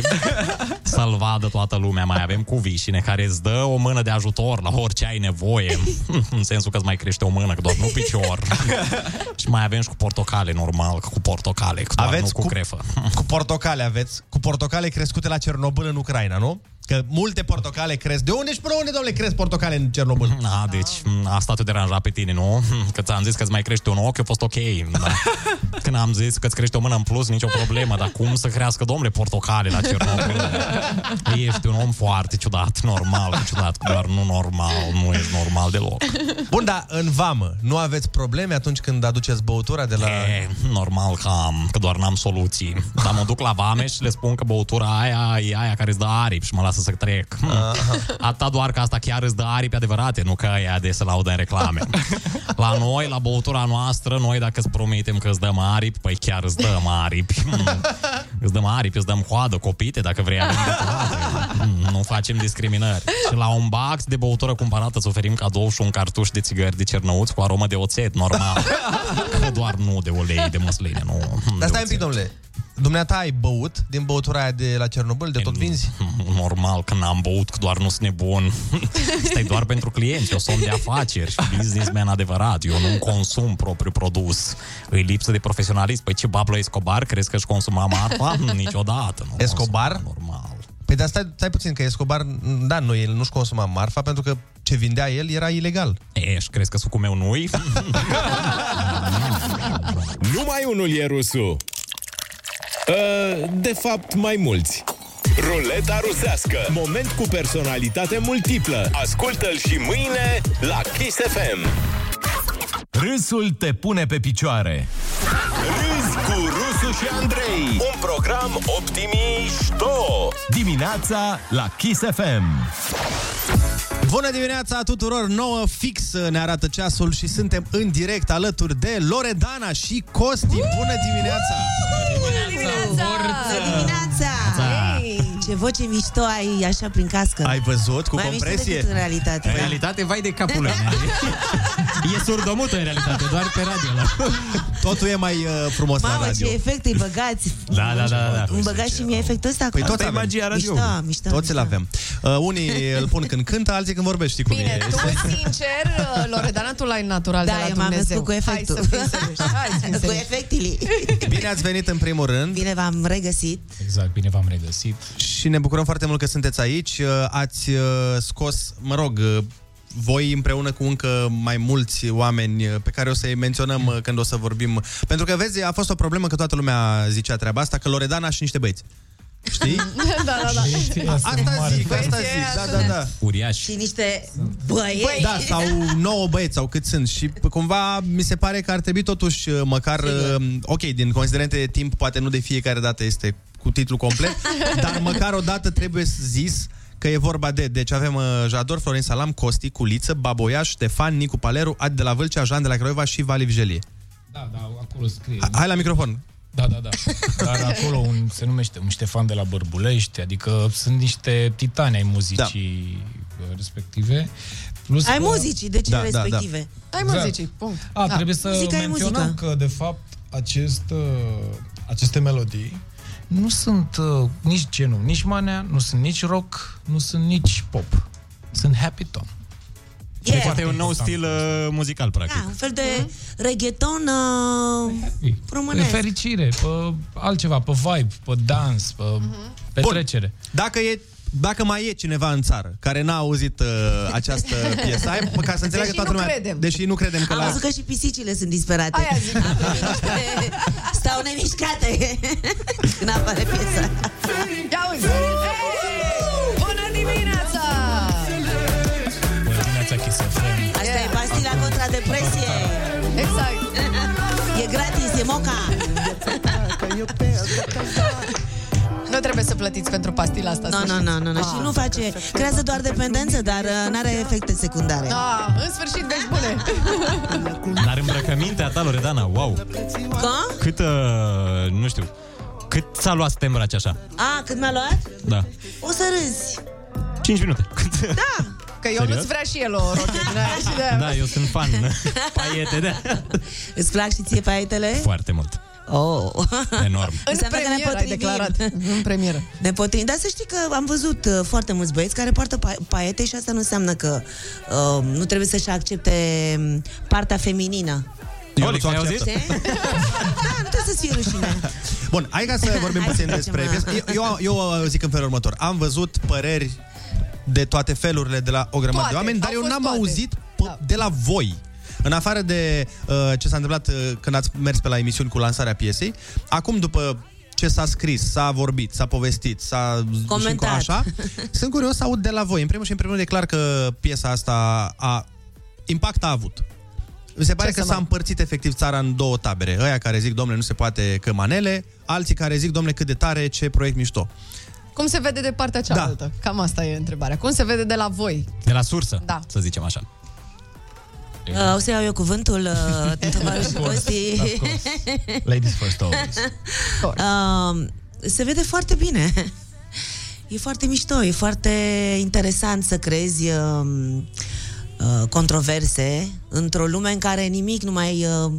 S2: să-l vadă toată lumea. Mai avem cu vișine, care îți dă o mână de ajutor la orice ai nevoie. <laughs> în sensul că îți mai crește o mână, că doar nu picior. și mai avem și cu portocale, normal, că cu portocale, că doar
S6: Aveți
S2: nu cu,
S6: cu-
S2: cu crefă.
S6: Cu portocale aveți, cu portocale crescute la Cernobâl în Ucraina, nu? Că multe portocale cresc. De unde și până unde, domnule, cresc portocale în Cernobâl?
S2: A, deci m, asta te deranja pe tine, nu? <laughs> Că ți-am zis că îți mai crește un ochi, a fost ok. Da. Când am zis că îți crește o mână în plus, nicio problemă. Dar cum să crească, domnule, portocale la
S5: <laughs>
S2: Cernobâl? Ești un om foarte ciudat, normal, ciudat, doar nu normal, nu ești normal deloc.
S6: <laughs> Bun, dar în vamă nu aveți probleme atunci când aduceți băutura de la...
S2: E, Eh, normal că am, că doar n-am soluții. Dar mă duc la vame și le spun că băutura aia e aia care îți dă aripi și mă lasă să trec. Atâta doar că asta chiar îți dă aripi adevărate, nu că aia de se laudă în reclame. La noi, la băutura noastră, noi dacă îți promitem că îți dăm aripi, păi chiar îți dăm aripi. Hmm. Îți dăm aripi, îți dăm coadă, copite, dacă vrei avem de coadă. Mm, Nu facem discriminări. Și la un box de băutură cumpărată îți oferim cadou și un cartuș de țigări de cernăuți cu aromă de oțet, normal. Că doar nu de ulei, de măsline, nu.
S6: Dar
S2: De
S6: stai un pic, domnule. Dumneata ai băut din băutura aia de la Cernobâl, de tot vinzi?
S2: oțet. Eh, Normal că n-am băut, că doar nu sunt nebun. Stai doar pentru clienți, eu sunt de afaceri și businessman adevărat. Eu nu consum propriul produs. Îi lipsă de profesionalism. Păi ce Pablo Escobar, crezi că își consuma
S6: <laughs>
S2: marfa? Niciodată. Nu
S6: Escobar? Normal. Păi dar stai, stai puțin, că Escobar, da, nu, el nu-și consuma marfa pentru că ce vindea el era ilegal.
S2: Ești, crezi că sucul meu nu-i?
S1: Numai unul e rusu. Uh, De fapt, mai mulți. Ruleta rusească. Moment cu personalitate multiplă. Ascultă-l și mâine la Kiss FM.
S9: <laughs> Râsul te pune pe picioare.
S1: Râzi cu Rusu și Andrei.
S9: Un program optimișto.
S1: Dimineața la Kiss FM.
S6: Bună dimineața tuturor! 9 fix ne arată ceasul și suntem în direct alături de Loredana și Costi. Bună dimineața!
S23: Bună dimineața!
S6: Dimineața!
S23: Ei, ce voce mișto ai așa prin cască.
S6: Ai văzut cu
S23: Mai mișto
S6: compresie?
S23: decât în realitate.
S6: În
S23: da.
S6: realitate,
S23: <laughs>
S2: vai de capul E surdomută în realitate, doar pe radio.
S6: Totul e mai uh, frumos la
S23: Mamă,
S6: radio.
S23: ce efect îi băgați.
S6: Da, da, da, da.
S23: Îmi băgați și mie efectul ăsta.
S6: Păi
S23: acum.
S6: tot avem.
S23: Mișto, mișto.
S6: Toți îl avem. Uh,
S23: <laughs>
S6: unii îl pun când cântă, alții când vorbește, știi cum
S7: Bine,
S6: e.
S7: tu, sincer, Loredana, tu l-ai natural
S23: Da,
S7: de la
S23: eu m-am
S7: Dumnezeu.
S23: născut cu efectul.
S7: Hai să fim serioși. Hai să fim
S23: Cu
S7: serioși.
S23: efectele.
S6: <laughs> Bine ați venit în primul rând.
S23: Bine v-am regăsit.
S6: Exact, bine v-am regăsit. Și ne bucurăm foarte mult că sunteți aici. Uh, Ați uh, scos, mă rog, uh, voi împreună cu încă mai mulți oameni uh, pe care o să-i menționăm uh, când o să vorbim. Pentru că, vezi, a fost o problemă că toată lumea zicea treaba asta, că Loredana și niște băieți.
S23: <laughs>
S6: Știi?
S7: da, da, da.
S6: Asta zic, asta
S7: Băieți,
S6: zic, da,
S7: e
S6: da, da. Uriaș.
S23: Și niște băieți.
S6: Da, sau nouă băieți sau cât sunt Și p- cumva mi se pare că ar trebui totuși uh, Măcar, uh, ok, din considerente de timp Poate nu de fiecare dată este cu titlul
S23: <laughs>
S6: complet Dar măcar o dată trebuie să zis Că e vorba de, deci avem uh, Jador, Florin Salam, Costi, Culiță, Baboiaș, Ștefan, Nicu Paleru, Adi de la Vâlcea, Jean de la Craiova și Vali Vigelie.
S24: Da, da, acolo scrie.
S6: Ha- Hai la microfon.
S24: Da, da, da. Dar acolo un, se numește un Ștefan de la Bărbulești, adică sunt niște titani ai muzicii da. respective. Plus
S23: Ai
S24: că-
S23: muzicii, de ce da, respective? Ah,
S7: Ai
S24: Exact.
S7: muzicii, punct.
S24: A, da. trebuie să
S23: Muzica e
S24: menționăm
S23: muzică.
S24: că, de fapt, acest, uh, aceste melodii nu sunt uh, nici genul, nici manea, nu sunt nici rock, nu sunt nici pop. Sunt happy tone.
S23: Yeah.
S24: Foarte important.
S2: uh, muzical, practic.
S23: Da, un fel de reggaeton uh, românesc.
S24: Pe fericire, pe altceva, pe vibe, pe dans, pe petrecere.
S6: Dacă e dacă mai e cineva în țară care n-a auzit uh,
S23: <laughs>
S6: această piesă, hai, mă, ca să înțeleagă
S23: Deși
S6: toată
S23: nu
S6: lumea,
S23: credem.
S6: deși nu credem că
S23: Am
S6: la...
S23: văzut că și pisicile sunt disperate. Aia zic. Am primit niște- Stau nemișcate <laughs> când apare piesa.
S7: Ia uite! Bună dimineața!
S24: Bună dimineața, Kiss FM.
S23: Asta e pastila contra depresie.
S7: Exact.
S23: <laughs> E gratis, e moca.
S7: Nu trebuie să plătiți pentru pastila asta. Ah,
S23: Nu, nu, nu, nu, nu. Și nu face... Creează doar dependență, dar nu are efecte secundare.
S7: Da, în sfârșit, vești bune.
S2: Dar îmbrăcămintea ta, Loredana, wow!
S23: Ca?
S2: Cât, uh, nu știu, cât ți-a luat să te îmbraci așa?
S23: A, cât mi-a luat?
S2: Da.
S23: O să râzi. Da.
S2: 5 minute.
S7: Că eu
S2: Serios?
S7: nu-ți vrea și el o
S23: <laughs>
S7: rochie din aia și de
S2: Da, eu sunt fan. <laughs> Paiete, da.
S23: Îți plac și ție paietele?
S2: Foarte mult. <laughs>
S23: Oh.
S2: Enorm.
S23: În premieră ai declarat.
S7: În premieră.
S23: <laughs> Ne potrivim. Dar să știi că am văzut uh, foarte mulți băieți care poartă pa- paiete și asta nu înseamnă că uh, nu trebuie să-și accepte um, partea feminină.
S6: Eu nu ți-o acceptă.
S23: Știi? <laughs> da, nu trebuie să-ți fie rușine.
S6: Bun, hai ca să vorbim
S23: Hai
S6: puțin
S23: să
S6: despre
S23: facem,
S6: piesă. Eu, eu, eu zic în felul următor. Am văzut păreri de toate felurile de la o grămadă
S9: Toate,
S6: de oameni, dar
S9: au
S6: eu
S9: fost
S6: n-am
S9: toate.
S6: auzit p- de la voi. În afară de uh, ce s-a întâmplat uh, când ați mers pe la emisiuni cu lansarea piesei, acum după ce s-a scris, s-a vorbit, s-a povestit, s-a și
S23: Comentat.
S6: încă așa, <laughs> sunt curios să aud de la voi. În primul și în primul rând e clar că piesa asta a impact a avut. Mi se pare
S9: Ce
S6: că
S9: să
S6: s-a
S9: mai-
S6: împărțit efectiv țara în două tabere. Ăia care zic, domnule, nu se poate că manele, alții care zic, domnule, cât de tare, ce proiect mișto.
S7: <laughs> Cum se vede de partea cealaltă? Cam asta e întrebarea. Cum se vede de la voi?
S2: De la sursă,
S7: Da.
S2: să zicem așa.
S23: Uh, o să iau eu cuvântul, uh,
S7: <laughs>
S23: tovarășul
S2: Of course,
S23: Costi.
S2: of
S23: <laughs>
S2: Ladies first always.
S23: Uh, se vede foarte bine. E foarte mișto, e foarte interesant să crezi uh, uh, controverse într-o lume în care nimic nu mai uh,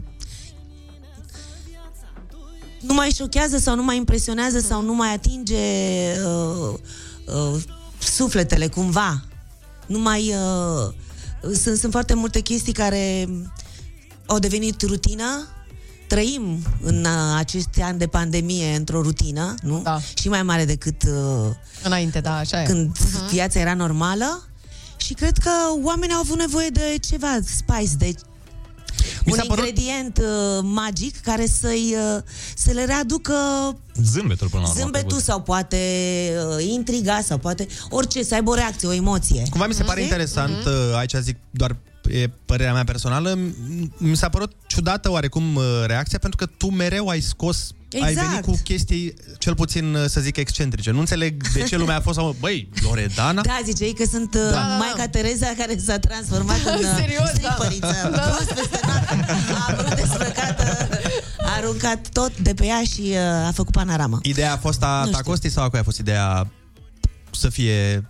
S23: nu mai șochează sau nu mai impresionează sau nu mai atinge uh, uh, sufletele cumva. Nu mai uh, sunt, sunt foarte multe chestii care au devenit rutină. Trăim în uh, acești ani de pandemie într-o rutină, nu? Da. Și mai mare decât uh,
S7: Înainte, da, așa e.
S23: când viața era normală. Și cred că oamenii au avut nevoie de ceva spice, de un ingredient uh, magic care să-i, uh, să le readucă
S2: Zâmbetul până la urmă.
S23: zâmbetul sau poate uh, intriga sau poate orice, să aibă o reacție, o emoție. Mhm.
S6: Cumva mi se pare
S23: Știi?
S6: interesant, uh, aici zic doar e părerea mea personală, m- mi s-a părut ciudată oarecum uh, reacția, pentru că tu mereu ai scos Ai
S23: Exact.
S6: venit cu chestii, cel puțin, uh, să zic, excentrice. Nu înțeleg de ce lumea a fost, sau, băi, Loredana?
S23: Da, ziceai că sunt da,
S6: Da.
S23: Maica Tereza care s-a
S7: <laughs>
S23: transformat în uh,
S7: Serios, da.
S23: stripăriță.
S7: Da.
S23: Prost peste noapte. A vrut desfăcată, a aruncat tot de pe ea și uh, a făcut panoramă.
S6: Ideea a fost a
S23: Nu
S6: ta
S23: știu.
S6: Costi sau a cui a fost ideea să fie...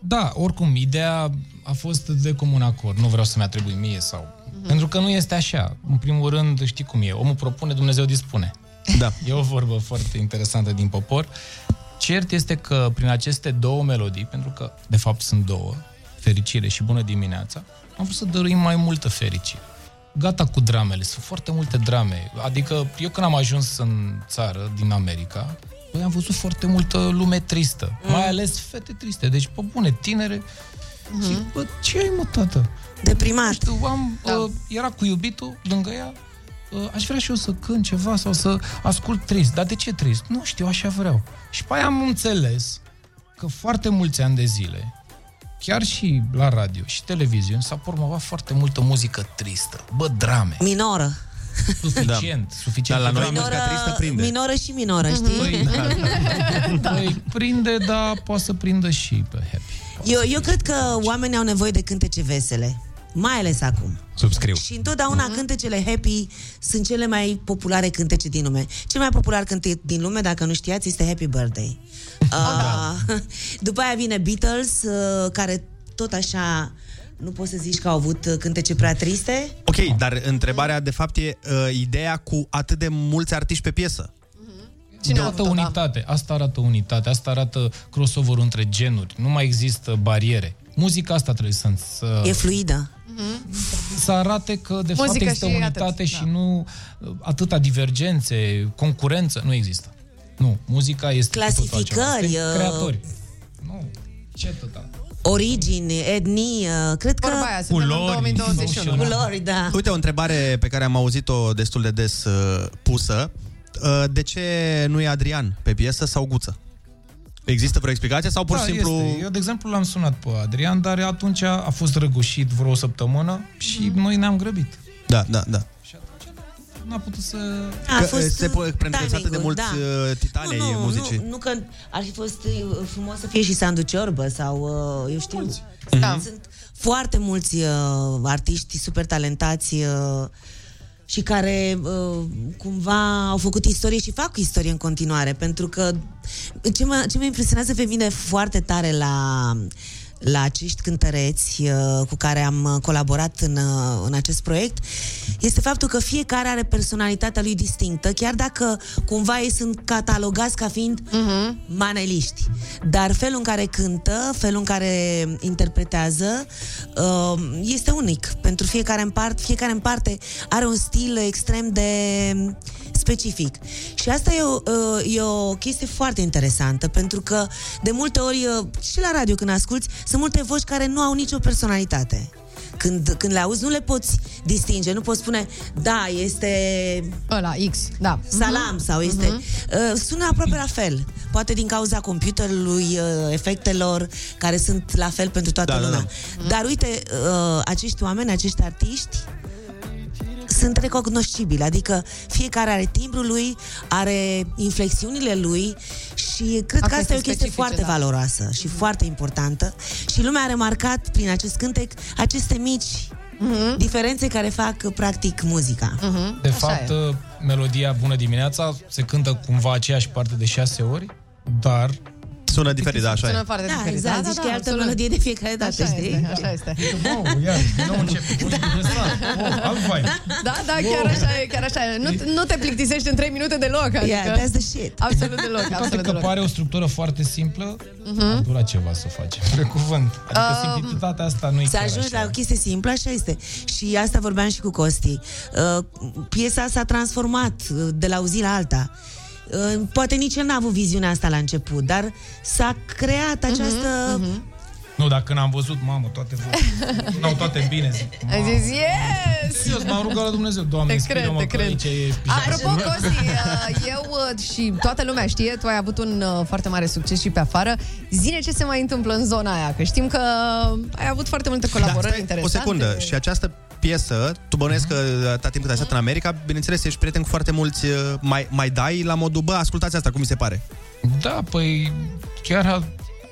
S24: Da, oricum, ideea a fost de comun acord. Nu vreau să-mi atribui mie sau... Mm-hmm. Pentru că nu este așa. În primul rând, știi cum e. Omul propune, Dumnezeu dispune. Da. E o vorbă foarte interesantă din popor. Cert este că prin aceste două melodii, pentru că de fapt sunt două, fericire și bună dimineața, am vrut să dăruim mai multă fericire. Gata cu dramele, sunt foarte multe drame. Adică eu când am ajuns în țară, din America, băi, am văzut foarte multă lume tristă. Mm. Mai ales fete triste, deci pe bune, tinere. Mm. Zic, bă, ce ai mă, tată?
S23: Deprimat.
S24: Știu, am, da. uh, era cu iubitul lângă ea, uh, aș vrea și eu să cânt ceva sau să ascult trist. Dar de ce trist? Nu știu, așa vreau. Și pe aia am înțeles că foarte mulți ani de zile, chiar și la radio și televiziuni, s-a promovat foarte multă muzică tristă. Bă, drame.
S23: Minoră.
S24: Suficient, da. suficient.
S6: Dar la
S24: drame.
S6: noi muzica tristă prinde.
S23: Minoră și minoră, știi?
S24: Păi, da,
S23: <laughs>
S24: da. Păi, prinde, dar poate să prindă și pe happy.
S23: Eu, eu cred că oamenii au nevoie de cântece vesele. Mai ales acum.
S6: Subscriu.
S23: Și întotdeauna cântecele happy sunt cele mai populare cântece din lume. Cel mai popular cântec din lume, dacă nu știați, este Happy Birthday. Uh, <laughs> după aia vine Beatles, uh, care tot așa nu poți să zici că au avut uh, cântece prea triste.
S6: Ok, dar întrebarea de fapt e uh, ideea cu atât de mulți artiști pe piesă.
S24: Cine arată
S23: da?
S24: unitate. Asta arată unitate, asta arată crossover între genuri. Nu mai există bariere. Muzica asta trebuie să... să
S23: E fluidă.
S24: Să arate că de fapt
S23: Muzică
S24: există
S23: și
S24: unitate
S23: atât, Da.
S24: și nu uh, atâta divergențe, concurență, nu există. Nu, muzica este cu totul altceva.
S23: Clasificări,
S24: Suntem
S23: uh,
S24: creatori. Ce tot
S23: Origini, etnie, cred că...
S7: Vorba aia, suntem în Culori. 2021.
S23: Culori, da.
S6: Uite, o întrebare pe care am auzit-o destul de des uh, pusă. Uh, de ce nu e Adrian pe piesă sau Guță? Există vreo explicație sau pur și
S24: da,
S6: simplu...
S24: Este. Eu, de exemplu, l-am sunat pe Adrian, dar atunci a fost răgușit vreo o săptămână și
S7: Mhm.
S24: noi ne-am grăbit.
S6: Da, da, da.
S24: N-a putut să...
S6: Că, uh, se po- pentru că sunt atât de
S23: timingul,
S6: mulți
S23: da.
S6: uh, titani ai
S23: nu,
S6: muzicii.
S23: Nu, nu că ar fi fost uh, frumos să fie și Sandu Ciorbă sau, uh, eu știu,
S7: Da.
S23: sunt foarte mulți uh, artiști super talentați uh, și care uh, cumva au făcut istorie și fac istorie în continuare, pentru că ce mă, ce mă impresionează pe mine foarte tare la la acești cântăreți uh, cu care am uh, colaborat în, uh, în acest proiect este faptul că fiecare are personalitatea lui distinctă, chiar dacă cumva ei sunt catalogați ca fiind uh-huh. maneliști. Dar felul în care cântă, felul în care interpretează uh, este unic. Pentru fiecare în, part, fiecare în parte are un stil extrem de specific. Și asta e o, uh, e o chestie foarte interesantă, pentru că de multe ori, uh, și la radio când asculti, sunt multe voci care nu au nicio personalitate. Când, când le auzi, nu le poți distinge, nu poți spune, da, este...
S7: Ăla, X, da.
S23: Salam
S7: Mhm.
S23: sau este...
S7: Mhm.
S23: Uh, sună aproape la fel. Poate din cauza computerului, uh, efectelor, care sunt la fel pentru toată da, lumea. Da, da. Dar uite, uh, acești oameni, acești artiști, sunt recognoscibili, adică fiecare are timbrul lui, are inflexiunile lui și cred că
S7: Asta
S23: asta e o
S7: este
S23: chestie
S7: specifice,
S23: foarte
S7: da.
S23: valoroasă și foarte importantă și lumea a remarcat prin acest cântec aceste mici
S7: Mm-hmm.
S23: diferențe care fac practic muzica.
S24: De fapt, uh, melodia Bună dimineața se cântă cumva aceeași parte de șase ori, dar...
S6: Sună diferit, da, așa
S7: Sună foarte
S23: da,
S7: diferit.
S23: exact,
S7: da,
S23: zici
S7: da,
S23: că e altă
S7: absolut.
S23: melodie de fiecare dată,
S7: Așa
S23: știi?
S7: este, așa este.
S24: Wow, iar, din nou începe. Da. Wow, alt vibe.
S7: Da, da, chiar așa e, chiar așa e. Nu, nu te plictisești în 3 minute deloc. Adică,
S23: Yeah, that's the shit.
S7: Absolut deloc,
S24: Toate
S7: absolut
S24: că
S7: deloc.
S24: pare o structură foarte simplă,
S23: Mhm.
S24: uh-huh. dura ceva să facem, pe cuvânt. Adică
S23: Um,
S24: simplitatea asta nu e
S23: Să
S24: chiar
S23: ajungi
S24: așa.
S23: la o chestie simplă, așa este. Și asta vorbeam și cu Costi. Uh, piesa s-a transformat uh, de la o zi la alta. Uh, poate nici el n-a avut viziunea asta la început, dar s-a
S24: Mhm,
S23: creat această...
S24: Nu, dar când am văzut, mamă, toate
S7: <laughs>
S24: vocile, n-au toate bine, zic.
S7: Ai zis, yes!
S24: Serios, m-am rugat la Dumnezeu, Doamne,
S7: Te
S24: inspiră-mă
S7: cred, te
S24: că
S7: cred.
S24: aici e...
S7: Apropo, Costi, uh, eu uh, și toată lumea știe, tu ai avut un uh, foarte mare succes și pe afară. Zine ce se mai întâmplă în zona aia, că știm că ai avut foarte multe colaborări
S6: Da, stai, o
S7: interesante.
S6: secundă. Și această piesă, tu bănuiesc că
S24: Mhm.
S6: atâta timp cât ai stat în America, bineînțeles, ești prieten cu foarte mulți, uh, mai, mai dai la modul, bă, ascultați asta, cum mi se pare?
S24: Da, păi chiar, a-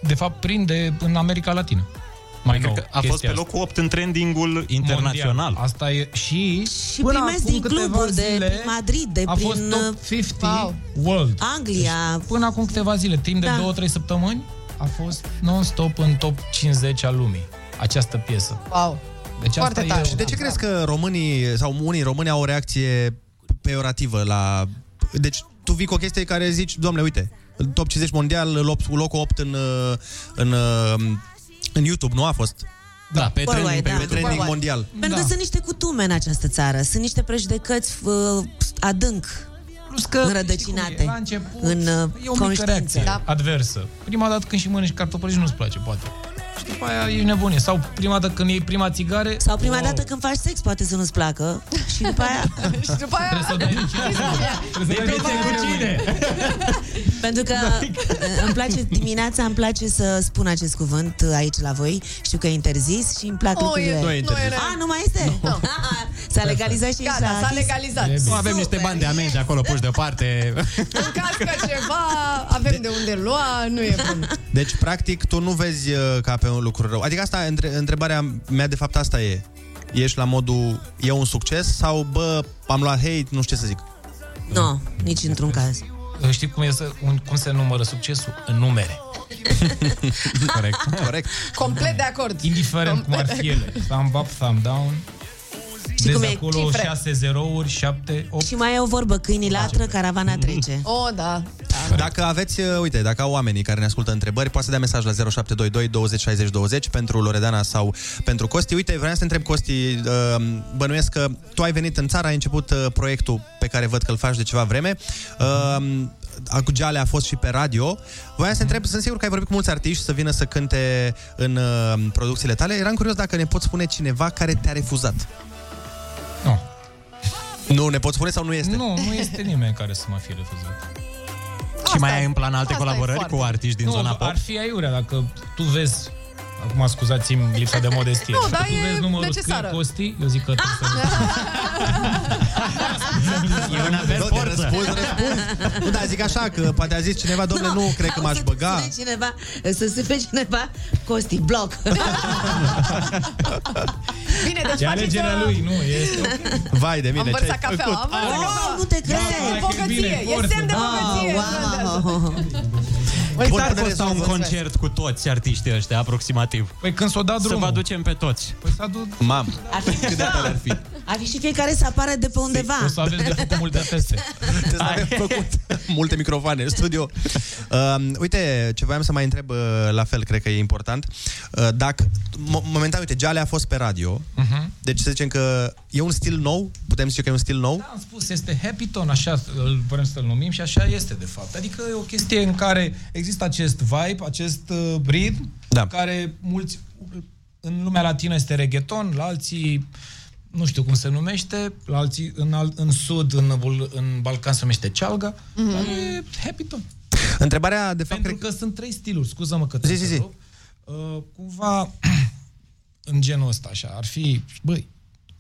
S24: de fapt, prinde în America Latină. Mai
S2: Cred
S24: nou,
S2: că a fost
S24: chestia
S2: pe locul 8 în trendingul internațional.
S24: Mondial. Asta e și...
S23: Și primesc din cluburi de prin Madrid, de
S24: a
S23: prin... uh,
S24: fost top 50
S23: Wow.
S24: World.
S23: Anglia.
S24: Deci, până acum câteva zile, timp de
S23: Da.
S24: 2-3 săptămâni, a fost non-stop în top 50 al lumii. această piesă.
S7: Wow.
S24: Deci
S7: Foarte
S24: asta
S7: tare.
S24: e...
S6: Și de ce crezi că românii sau unii români au o reacție peorativă la... Deci tu vii cu o chestie care zici, doamne, uite, top 50 mondial, lop- locul 8 în, uh, în, uh, în YouTube, nu a fost?
S24: Da, pe
S23: Worldwide,
S6: trending,
S23: da.
S6: pe trending mondial.
S23: Pentru
S24: Da.
S23: că sunt niște cutume în această țară, sunt niște prejudecăți uh, adânc
S24: Plus că,
S23: înrădăcinate
S24: știi cum e, la început
S23: în uh,
S24: E o mică
S23: conștiință.
S24: reacție da. adversă. Prima dată când și mănânci cartofări și nu-ți place, poate. Și după aia e nebunie. Sau prima dată când iei prima țigare...
S23: Sau prima dată când faci sex, poate să nu-ți placă. Și după aia...
S7: și după
S6: <laughs>
S7: aia...
S23: <laughs>
S24: Trebuie să dai cu cine?
S23: Pentru că uh, îmi place dimineața, îmi place să spun acest cuvânt uh, aici la voi. Știu că e interzis și îmi plac
S7: Nu
S23: lucrurile.
S7: Oh, e- nu e interzis.
S23: A, nu mai este? No. S-a legalizat și aici
S7: Gata,
S23: la
S7: s-a
S23: Atis.
S7: legalizat.
S2: Nu avem niște bani de amenzi acolo puși
S23: <laughs>
S2: deoparte.
S7: În caz că ceva, avem de, unde lua, nu e bun.
S6: Deci, practic, tu nu vezi uh, ca pe un lucru rău. Adică asta, între, întrebarea mea, de fapt, asta e. Ești la modul, e un succes sau, bă, am luat hate, nu știu ce să zic.
S23: Nu, no, nici într-un caz.
S24: Știi cum, e să, un, cum se numără succesul? În
S2: <laughs>
S24: numere. Corect. Corect.
S7: Complet de acord.
S24: Indiferent cum ar fi ele. Thumb up, thumb down.
S23: Știi
S24: Dezi
S23: cum e?
S24: acolo
S23: Cifre.
S24: 6 zerouri, 7, 8.
S23: Și mai e o vorbă, câinii latră, caravana trece.
S7: O, oh, da.
S2: Păi
S6: Dacă aveți, uh, uite, dacă au oamenii care ne ascultă întrebări, poate să dea mesaj la 0722 20 60 20 pentru Loredana sau pentru Costi. Uite, vreau să te întreb, Costi, uh, bănuiesc că tu ai venit în țară, ai început uh, proiectul pe care văd că îl faci de ceva vreme. Uh, a- cu Geale a fost și pe radio. Voiam să te întreb, sunt sigur că ai vorbit cu mulți artiști să vină să cânte în uh, producțiile tale. Eram curios dacă ne poți spune cineva care te-a refuzat.
S24: Nu.
S6: Nu ne poți spune sau nu este?
S24: Oh, Nu, nu <laughs> este nimeni care să mă fie refuzat.
S2: Și mai ai în plan alte colaborări cu artiști din
S24: nu,
S2: zona pop?
S24: ar fi aiurea dacă tu vezi Acum scuzați-mi lipsa de modestie.
S2: Nu, dar
S24: tu
S2: e
S24: vezi numărul
S2: necesară.
S24: scrie Costi, eu zic că tu
S6: Eu nu avem forță. Răspuns, răspuns. Nu, dar zic așa, că poate a zis cineva, domnule, nu, cred că m-aș băga.
S23: Să cineva, să se pe cineva, Costi, bloc.
S7: Bine,
S6: deci E alegerea faceți, lui, nu,
S24: este...
S6: Vai de
S7: Am
S6: mine,
S7: vărsat cafeaua, am vărsat cafeaua.
S23: Nu te
S7: E
S23: cred.
S7: bogăție, e semn de
S23: Ah,
S7: bogăție.
S2: Cât ar costa un concert cu toți artiștii ăștia, aproximativ?
S24: Păi când s-o da
S2: Să
S24: drumul.
S2: vă aducem pe toți.
S24: Păi s-a dus...
S6: Mam,
S23: Ar fi,
S2: cât de tare <laughs> ar fi.
S23: ar fi și fiecare să apară de pe undeva.
S24: O să aveți de făcut multe feste.
S6: Trebuie să avem făcut multe microfoane în studio. Uh, uite, ce voiam să mai întreb uh, la fel, cred că e important. Uh, dacă, mo- momentan, uite, Geale a fost pe radio,
S24: Mhm.
S6: deci să zicem că e un stil nou, putem zice că e un stil nou.
S24: Am spus, este happy tone, așa îl vrem să-l numim și așa este de fapt. Adică e o chestie în care există acest vibe, acest uh, ritm, da. care mulți, în lumea latină este reggaeton, la alții nu știu cum se numește, la alții în, al, în sud, în, Bul- în Balcan se numește cealga, mm-hmm. dar e happy tone.
S6: Întrebarea, de
S24: fapt, Pentru cred... că sunt trei stiluri, scuză-mă că zi, zi, zi. Uh, cumva <clears throat> în genul ăsta, așa, ar fi, băi,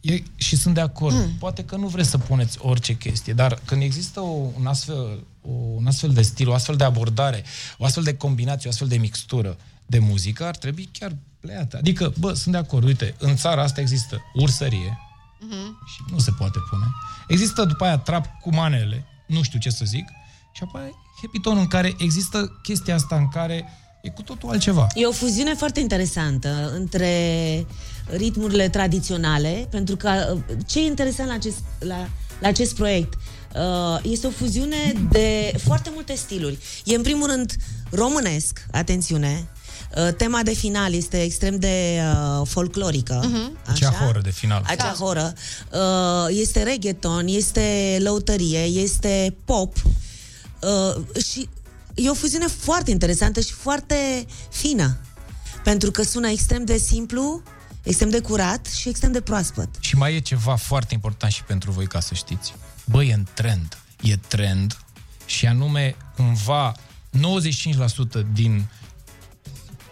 S24: e, și sunt de acord, mm. poate că nu vreți să puneți orice chestie, dar când există o, un, astfel, o, un astfel de stil, o astfel de abordare, o astfel de combinație, o astfel de mixtură de muzică, ar trebui chiar pleată. Adică, bă, sunt de acord, uite, în țara asta există ursărie, și nu se poate pune. Există după aia trap cu manele, nu știu ce să zic, și apoi happy tone în care există chestia asta în care e cu totul altceva.
S23: E o fuziune foarte interesantă între ritmurile tradiționale, pentru că uh, ce e interesant la acest, la, la acest proiect uh, este o fuziune de foarte multe stiluri. E în primul rând românesc, atențiune, Uh, tema de final este extrem de uh, folclorică.
S24: Mhm. Acea horă de final.
S23: Acea
S24: Da.
S23: horă. Uh, este reggaeton, este lăutărie, este pop. Uh, și e o fuziune foarte interesantă și foarte fină. Pentru că sună extrem de simplu, extrem de curat și extrem de proaspăt.
S24: Și mai e ceva foarte important și pentru voi ca să știți. Băi, e în trend. E trend și anume cumva 95% din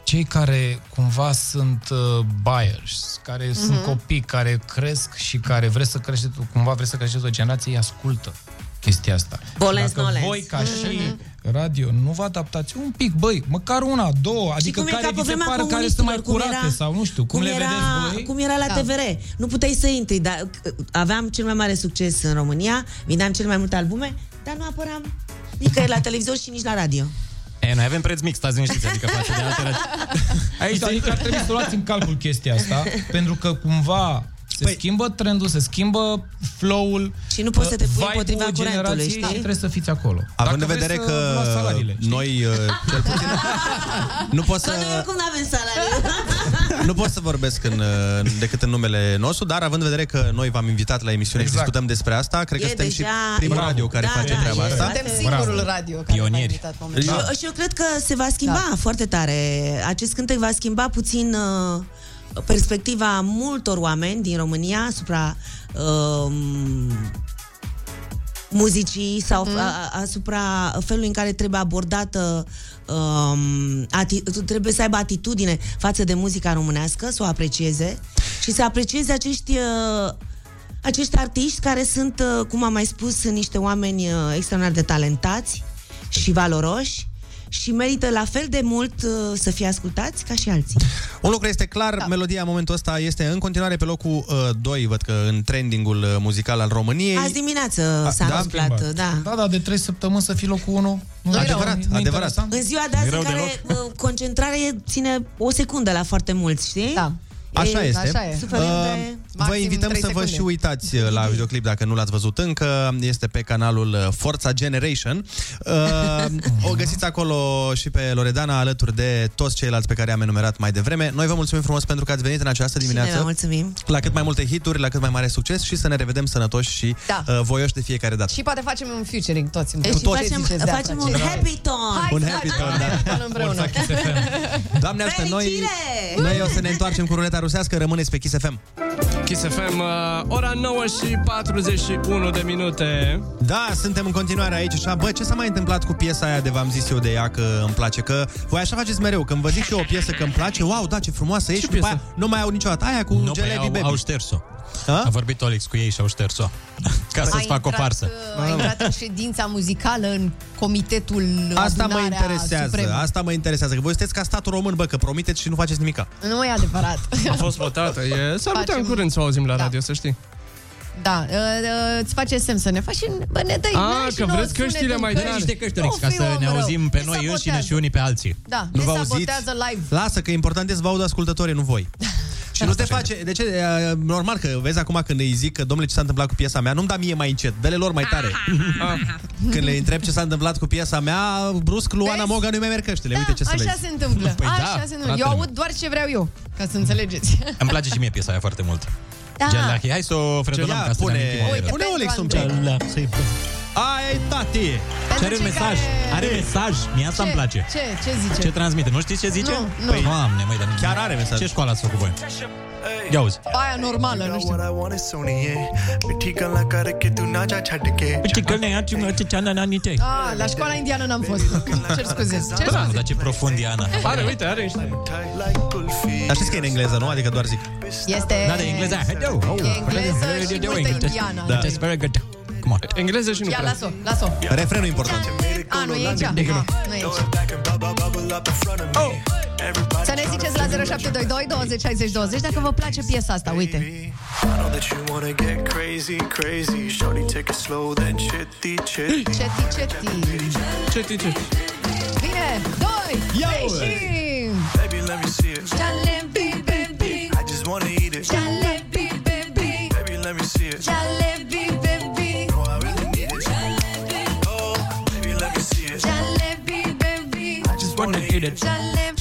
S24: cei care cumva sunt uh, buyers, care
S2: Mhm.
S24: sunt copii, care cresc și care vreți să creșteți, cumva vreți să creșteți o generație, îi ascultă chestia asta.
S23: Bolens, Mhm.
S24: Și dacă
S23: nolens.
S24: voi ca și radio nu vă adaptați un pic, băi, măcar una, două, adică
S23: cum e
S24: care
S23: ca pe
S24: vi se
S23: vremea
S24: pară care sunt
S23: comuniștilor,
S24: mai
S23: cum
S24: curate
S23: era-
S24: sau nu știu, cum, le
S23: era,
S24: vedeți voi?
S23: Cum era la
S24: Da.
S23: TVR. Nu puteai să intri, dar uh, aveam cel mai mare succes în România, vindeam cel mai multe albume, dar nu apăream nicăieri la televizor și nici la radio.
S2: E, noi avem preț mic, stați liniștiți, adică față de altele.
S24: <laughs> Aici, adică ar trebui să luați în calcul chestia asta, pentru că cumva se păi, schimbă trendul, se schimbă flow-ul. uh,
S23: Și nu poți să te pui
S24: vibe-ul
S23: împotriva curentului,
S24: generației
S23: știi?
S24: Și trebuie să fiți acolo.
S6: Având în
S24: Dacă
S6: vedere
S24: vreți
S6: că
S24: să luați salariile.
S6: noi, uh, cel <laughs> puțin, nu pot să...
S23: Că noi oricum nu avem <laughs> salariu. Exact.
S6: Nu pot să vorbesc în, uh, decât în numele nostru, dar având în vedere că noi v-am invitat la emisiune exact. și discutăm despre asta, cred că
S23: E
S6: suntem și
S23: deja-
S6: primul
S23: Bravo.
S6: radio care
S23: Da,
S6: face
S23: da,
S6: treaba
S23: e-
S6: asta.
S23: suntem
S7: Singurul radio care
S6: Pionieri.
S7: m-a invitat momentan.
S6: Da.
S23: Deci, Și eu cred că se va schimba da. foarte tare. Acest cântec va schimba puțin uh, perspectiva multor oameni din România asupra uh, muzicii sau mm. a, asupra felului în care trebuie abordată um, ati- trebuie să aibă atitudine față de muzica românească, să o aprecieze și să aprecieze acești uh, acești artiști care sunt, uh, cum am mai spus, niște oameni uh, extraordinar de talentați și valoroși și merită la fel de mult uh, să fie ascultați ca și alții.
S6: Un lucru este clar, da. melodia în momentul ăsta este în continuare pe locul 2, văd că în trendingul uh, muzical al României.
S23: Azi dimineață
S6: A,
S23: s-a
S6: da?
S23: întâmplat,
S6: Schimbat.
S23: da.
S24: Da, da, de 3 săptămâni să fii locul 1. Nu
S6: Adevărat,
S24: nu- nu
S6: adevărat.
S24: interesant.
S23: În ziua de azi,
S6: Greu
S23: în care uh, concentrarea ține o secundă la foarte mulți, știi? Da.
S6: Așa este.
S23: Super de...
S6: Uh, vă invităm să vă și uitați uh, la videoclip dacă nu l-ați văzut încă. Este pe canalul uh, Forța Generation. Uh, o găsiți acolo și pe Loredana alături de toți ceilalți pe care am enumerat mai devreme. Noi vă mulțumim frumos pentru că ați venit în această
S23: Bine, vă
S6: dimineață.
S23: mulțumim.
S6: La cât mai multe hituri, la cât mai mare succes și să ne revedem sănătoși și
S7: Da.
S6: uh, voioși de fiecare dată.
S7: Și poate facem un featuring toți împreună.
S23: Și Deci facem, facem un happy tone.
S7: Hai
S6: Un
S7: să
S6: happy
S7: facem
S6: tone, da.
S7: happy tone împreună.
S6: <laughs> Doamne, asta noi,
S23: Fericire!
S6: noi o să ne întoarcem cu ruleta rusească. Rămâneți pe Kiss FM.
S8: Kiss FM, uh, ora 9 și 41 de minute.
S6: Da, suntem în continuare aici așa. Bă, ce s-a mai întâmplat cu piesa aia de v-am zis eu de ea că îmi place? Că voi așa faceți mereu. Când vă zic eu o piesă că îmi place, wow, da, ce frumoasă e și după aia nu mai au niciodată. Aia cu
S2: Nu,
S6: no,
S2: păi
S6: Jelebi
S2: au,
S6: Baby.
S2: au șters-o. A vorbit Olix cu ei și au șters-o. <laughs> Ca
S7: A
S2: să-ți fac o
S7: intrat,
S2: farsă.
S7: uh, A
S6: Da,
S7: intrat în ședința muzicală în comitetul
S6: Asta mă
S7: adunarea
S6: interesează,
S7: supremă.
S6: asta mă interesează, că voi sunteți ca statul român, bă, că promiteți și nu faceți nimica.
S7: Nu e adevărat.
S8: A fost votată. E... S-ar putea în
S7: Facem-
S8: curând să o auzim la radio, să știi.
S7: Da, uh, uh, îți face semn să ne faci și bă, ne dai
S8: A,
S7: mâna și
S8: că
S7: nouă
S8: vreți căștile
S7: sunet în
S8: mai
S7: căști.
S8: tari.
S2: Niște căști, Olix,
S7: Nu,
S2: ca
S7: fi
S2: să
S7: om
S2: ne
S7: rău.
S2: auzim pe
S7: Ne
S2: noi înșine
S7: sabotează.
S2: și unii pe alții.
S7: Da,
S6: Nu
S7: nu
S6: vă
S7: ne
S6: auziți?
S7: sabotează live.
S6: Lasă că important este să vă aud ascultătorii, nu
S7: <laughs>
S6: voi. Și nu te face, de ce, e, normal că vezi acum când îi zic că domnule ce s-a întâmplat cu piesa mea, nu-mi da mie mai încet, dele lor mai tare. <laughs> Când le întreb ce s-a întâmplat cu piesa mea, brusc Luana
S7: Vezi? Da,
S6: Moga nu-i mai merg căștile, uite ce să
S7: Așa
S6: vezi.
S7: se întâmplă.
S2: Păi
S7: Așa
S2: da,
S7: se întâmplă.
S2: fratele
S7: Eu
S2: meu.
S7: aud doar ce vreau eu, ca să înțelegeți.
S2: Îmi place și mie piesa aia foarte mult.
S7: <laughs> Da.
S2: Gelahi, hai să o fredonăm
S6: Ia,
S2: ca să
S6: pune-
S2: ne amintim.
S7: Uite,
S6: Pune
S7: pentru
S6: Olex un
S7: Andrei.
S6: Ai, tati!
S2: Și are
S7: cei
S2: mesaj,
S7: care-
S2: are mesaj, mie asta îmi place.
S7: Ce? Ce zice?
S2: Ce transmite? Nu știți ce zice?
S7: Nu, nu.
S2: Păi, doamne, măi, dar
S6: Chiar are mesaj.
S2: Ce școală ați făcut voi? Ia uzi.
S7: Aia normală, nu știu.
S25: What I suniye mithi gala karke tu na ja chhad ke
S2: Uite că ne-a ce ceana n-a nici ei.
S7: Ah, la școala indiană n-am fost. Cer scuze. Cer scuze.
S2: Bravo, Da, dar ce profund e Ana.
S8: Are, uite, are niște.
S6: Dar știți că e în engleză, nu? Adică doar zic.
S7: Este...
S2: Da, da, e engleză. Hello.
S7: E engleză și multă indiană.
S2: Da. It's very good. Come on.
S8: Engleză și nu
S7: Ah, Ia,
S8: prea.
S7: las-o, las-o.
S6: Refrenul e important.
S7: A, Ah, nu e aici? A, nu e aici. Să ne ziceți la 0722 20 60 20 dacă vă place piesa asta, uite.
S25: I know that you wanna get crazy crazy shorty take it slow then chitty chitty
S7: Ceti, ceti.
S8: Ce tice?
S7: Bine, 2, 3 și...
S25: baby let me see it
S7: Jalebi, baby,
S25: I just wanna eat it
S7: jalebi, baby,
S25: baby let me see it
S7: jalebi, baby,
S25: no I really need it oh baby let me see it
S7: jalebi, baby,
S25: I just wanna eat it
S7: jalebi.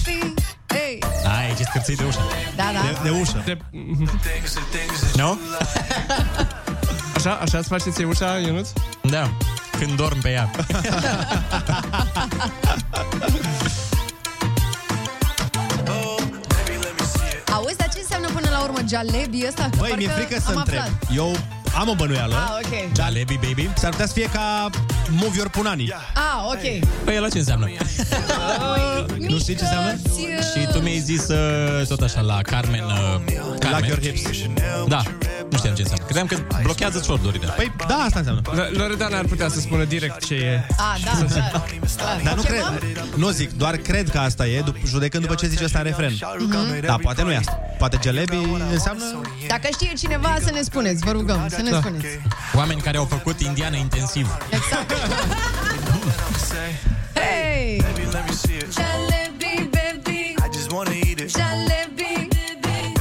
S7: Ei,
S2: Ai, ce scârțit de ușă.
S7: da, da.
S6: De ușă.
S8: De...
S25: things and things that
S2: Nu?
S8: <laughs> Așa, așa îți faceți ție ușa, Ionuț?
S2: Da. Când dorm pe ea.
S25: Oh,
S7: Auzi, dar ce înseamnă până la urmă jalebi ăsta? Că
S6: Băi,
S7: parcă
S6: mi-e frică să
S7: am
S6: întreb.
S7: aflat.
S6: Eu am o bănuială. Da,
S7: Ah, ok.
S2: Jalebi, baby.
S6: S-ar putea să fie ca Move Your Punani.
S7: Ah, <laughs> ok.
S2: Păi el ce înseamnă?
S7: Nu știi ce înseamnă?
S2: Și tu mi-ai zis uh, tot așa la Carmen uh, Carmen.
S6: your hips.
S2: Da, nu știam ce înseamnă Credeam că blochează șordurile
S6: Păi, da, asta înseamnă.
S8: L- Loredana ar putea să spună direct ce e.
S7: Ah, da, da.
S6: Dar
S7: Ceva?
S6: nu cred, nu zic, doar cred că asta e, dup- judecând după ce zice asta în refren.
S25: Mhm.
S6: Da, poate nu e asta. Poate jalebi înseamnă...
S7: Dacă știe cineva, să ne spuneți, vă rugăm, să
S2: Da.
S7: ne spuneți.
S2: Oameni care au făcut indiană intensiv
S7: Exact. Hey!
S25: Baby, let me see it.
S7: Jalebi, baby.
S25: I just wanna eat it.
S7: Jalebi,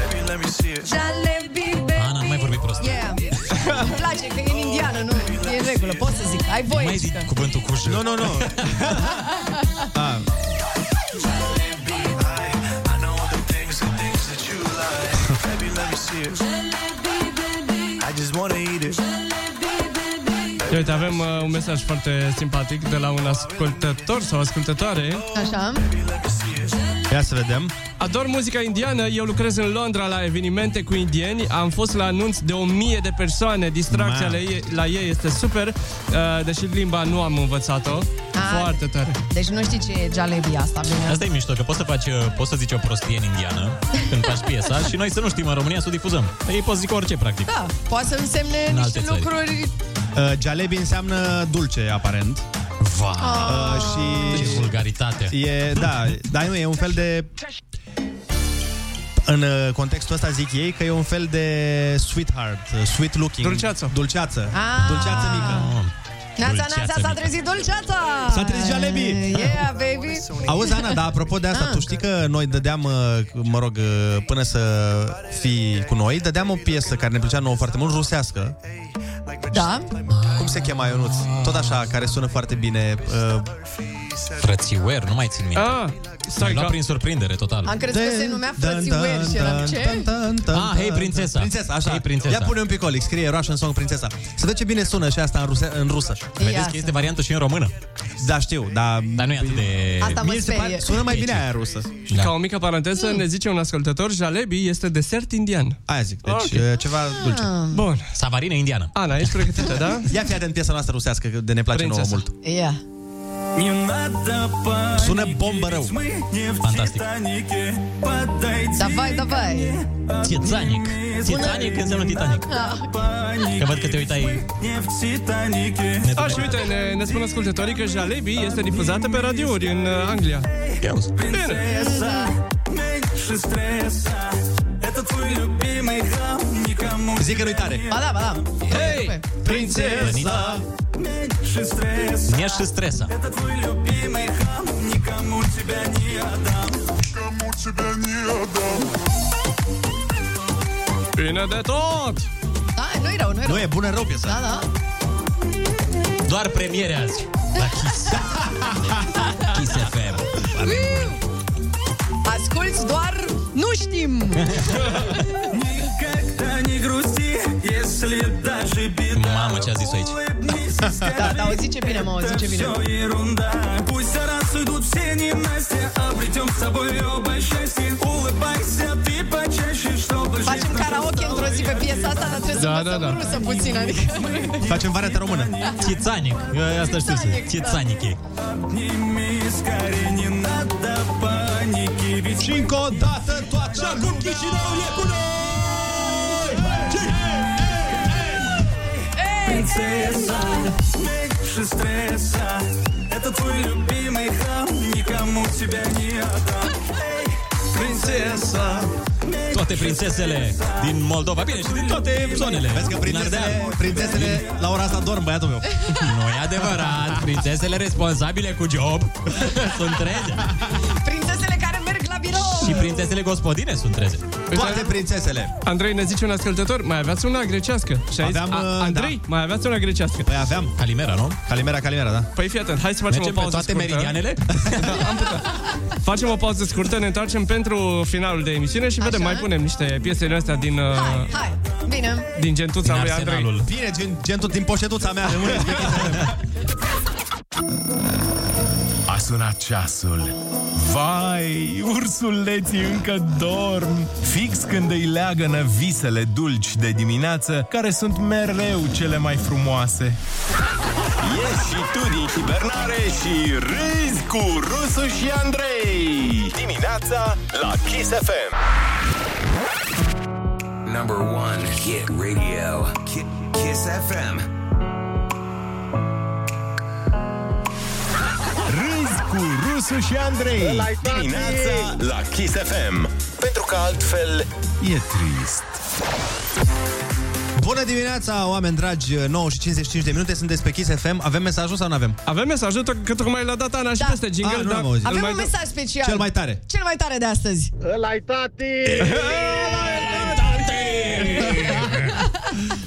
S25: Baby, let me see it.
S7: jalebi, baby.
S25: Ana, nu mai vorbi prost.
S7: Yeah. Îmi place că e în indiană, nu? E în regulă, pot să zic. Ai voie. Mai zic.
S2: <laughs> Cuvântul cu
S6: Nu,
S2: <laughs>
S6: nu, nu. Ah.
S25: Baby, let me see it. I just wanna eat it.
S8: <laughs> Ia uite, avem uh, un mesaj foarte simpatic de la un ascultător sau ascultătoare.
S7: Așa.
S6: Ia să vedem.
S8: Ador muzica indiană, eu lucrez în Londra la evenimente cu indieni, am fost la anunț de o mie de persoane, distracția
S6: Ma.
S8: la ei, la ei este super, uh, deși limba nu am învățat-o.
S7: Ah.
S8: Foarte tare.
S7: Deci nu știi ce e jalebi asta, bine.
S2: Asta e mișto, că poți să, faci, uh, poți să zici o prostie în indiană când faci piesa și noi să nu știm în România să o difuzăm. Ei pot să zic orice, practic.
S7: Da, poate să însemne
S2: În alte
S7: niște
S2: țări.
S7: lucruri Ah.
S6: Uh, jalebi înseamnă dulce, aparent. Va.
S7: Ah.
S6: Uh, și...
S7: Deci
S6: Ce vulgaritate. E, da, dar nu, e un fel de... În uh, contextul ăsta zic ei că e un fel de sweetheart, uh, sweet looking. Dulceață. Dulceață.
S7: Ah.
S6: Dulceață mică.
S7: Neața, neața, s-a trezit dulceața!
S6: S-a trezit jalebi!
S7: Yeah, baby!
S6: Auzi, Ana, dar apropo de asta,
S7: Da,
S6: tu știi că noi dădeam, uh, mă rog, uh, până să fii cu noi, dădeam o piesă care ne plăcea nouă foarte mult, rusească.
S7: Da?
S6: Cum se chema, Ionuț? Tot așa, care sună foarte bine. Uh...
S2: Frățiuer, nu mai țin minte.
S6: Ah,
S2: Stai, luat prin surprindere, total.
S7: Am crezut că se numea frățiuer și eram ce?
S2: Ah, hei, prințesa.
S6: Prințesa, așa.
S2: Hei, prințesa.
S6: Ia pune un picolic, scrie Russian Song Prințesa. Să vezi ce bine sună și asta în, ruse- în rusă.
S2: Vedeți că este variantă și în română.
S6: Da, știu, dar...
S2: Dar nu e atât de...
S7: Asta mă
S2: Mie se
S7: sperie.
S2: pare-
S6: Sună mai bine aia rusă.
S8: Da. Ca o mică paranteză, ne zice un ascultător, jalebi este desert indian.
S6: Aia zic, uh,
S8: deci
S6: ceva
S7: dulce.
S8: Bun.
S2: Savarină indiană.
S8: Ana, ești pregătită, da?
S6: <laughs> Ia fi atent piesa noastră rusească, că de ne place nouă
S2: Prințesa.
S6: mult.
S7: Yeah.
S6: Sună bombă rău.
S2: Fantastic.
S7: Давай, давai!
S2: Titanic. Titanic înseamnă Titanic.
S7: Ah,
S2: Că văd că te uitai...
S8: A, și uite, ne, ne spun ascultătorii că jalebi este difuzată pe radiouri în uh, Anglia.
S25: Меньше стресса. Это твой любимый хам, никому
S6: Zic că nu-i tare.
S7: Ba da, ba da!
S25: Hei,
S2: prințesa!
S25: Меньше стресса.
S2: Мне же стресса.
S25: Это твой любимый хам, никому тебя не отдам. Никому тебя не отдам.
S8: Bine de tot!
S7: Da, nu-i rău, nu-i rău.
S6: Nu, e bună rău piesa.
S7: Da, da.
S2: Doar premiere azi. La Kiss. Kiss FM.
S7: Uiu! Asculți doar nu știm!
S25: Никогда не грусти, если даже беда.
S2: Mamă, ce a zis-o aici.
S7: Da, da, o zice bine, mă, o
S25: Это
S7: zice bine.
S25: все ерунда Пусть за раз уйдут все ненастья Обретем с собой оба счастье Улыбайся ты почаще, чтобы
S7: Facem karaoke într-o zi pe piesa asta, dar trebuie să
S6: Da,
S7: învățăm
S6: da, da.
S7: rusă puțin, adică...
S6: Facem varianta română.
S2: Titanic. Ă, Asta știu să
S7: Titanic, da.
S2: Titanic e.
S25: Ними скорее, не надо паники Ведь
S6: Cinco odată toată acum Chișinău e cu
S25: Принцесса, меньше стресса Это твой любимый храм, никому тебя не отдам Эй, Принцесса,
S2: Toate prințesele din Moldova. Bine, și din toate zonele.
S6: Vezi că prințesele, prințesele la ora asta dorm, băiatul meu.
S2: <laughs> Nu e adevărat. Prințesele responsabile cu job <laughs> sunt treze.
S7: Prințesele care merg la birou!
S2: Și prințesele gospodine sunt treze.
S6: Toate prințesele.
S8: Păi, da. Andrei ne zice un ascultător, mai aveați una grecească. Și ai zis,
S6: Aveam,
S8: "A,
S6: uh,
S8: Andrei, mai aveați una grecească.
S6: Păi aveam.
S2: Calimera, nu?
S6: Calimera, Calimera, da.
S8: Păi fii atent, hai să facem
S2: Mergem
S8: o pauză
S2: pe toate
S8: scurtă.
S2: meridianele?
S8: da, am putea. Facem o pauză scurtă, ne întoarcem pentru finalul de emisiune și vedem,
S7: Așa.
S8: mai punem niște piesele astea din... uh,
S7: Hai, hai, bine!
S8: Din gentuța lui Păi, Andrei.
S6: Bine, gen, gen tot din poșetuța mea. Rămâneți pe
S9: A sunat ceasul. Vai, ursuleții încă dorm. Fix când îi leagănă visele dulci de dimineață, care sunt mereu cele mai frumoase.
S1: Ieși și tu din hibernare și râzi cu Rusu și Andrei.
S9: Dimineața la Kiss FM.
S12: Number one, Hit Radio. Ki- Kiss FM.
S9: Râzi cu Rusu și Andrei. Dimineața la Kiss FM. Pentru că altfel e trist.
S6: Bună dimineața, oameni dragi, 9 și 55 de minute, sunteți pe Kiss FM. Avem mesajul sau nu avem?
S8: Avem mesajul, că tocmai l-a dat Ana și peste jingle,
S6: ah,
S8: da.
S6: nu
S8: dar
S6: am auzit.
S7: Da. Avem un mesaj special.
S6: Cel mai tare.
S7: Cel mai tare de astăzi.
S18: Ăla-i tati!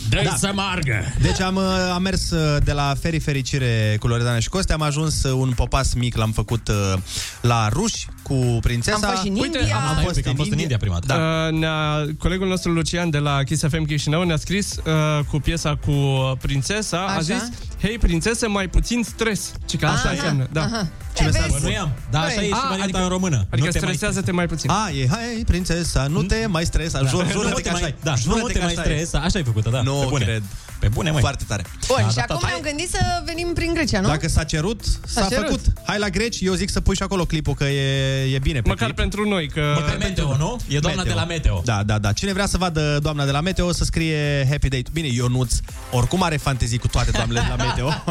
S6: Dă-i da. să margă! Deci am, uh, am mers uh, de la Feri Fericire cu Loredana și Coste, am ajuns uh, un popas mic, l-am făcut uh, la ruși cu prințesa.
S7: Am fost și în Uite, India. am-
S6: Am,
S7: stai un
S6: fost,
S7: pic, am
S6: în
S7: fost în
S6: India prima dată. Da.
S8: Uh, ne-a, colegul nostru Lucian de la Kiss FM Chișinău ne-a scris uh, cu piesa cu uh, prințesa, Așa?
S7: Așa. Ah,
S8: a zis Hei prințese, mai puțin stres. Și că asta
S7: Aha,
S8: înseamnă, da.
S7: aha.
S8: Ce
S7: E,
S8: mesaj
S7: vezi?
S8: bănuiam. Da, așa
S7: Băi.
S8: e și
S7: A,
S8: varianta
S7: adică-
S8: în română.
S6: adică
S8: Nu te mai
S6: stresează-te
S8: mai puțin.
S6: A, e, hai, prințesa, nu te mai stresa, jur,
S2: Nu
S6: jură-te
S2: te
S6: că
S2: mai-
S6: așa e.
S2: da,
S6: Jură-te
S2: nu te
S6: că
S2: mai
S6: așa e.
S2: stresa, așa ai făcut-o, da,
S6: Nu
S2: pe bune.
S6: cred.
S2: Pe bune, măi.
S6: Foarte tare.
S7: Bun, și acum ne-am gândit să venim prin Grecia, nu?
S6: Da,
S7: <laughs>
S6: Dacă s-a cerut, s-a,
S7: cerut.
S6: făcut. Hai la greci, eu zic să pui și acolo clipul, că e, e bine. Pe
S8: Măcar
S6: clip.
S8: pentru noi, că...
S6: Măcar Meteo, nu?
S2: E doamna de la Meteo.
S6: Da, da, da. Cine vrea să vadă doamna de la Meteo, să scrie Happy Date. Bine, Ionuț, oricum are fantezii cu toate doamnele de la
S2: <laughs>
S6: Meteo.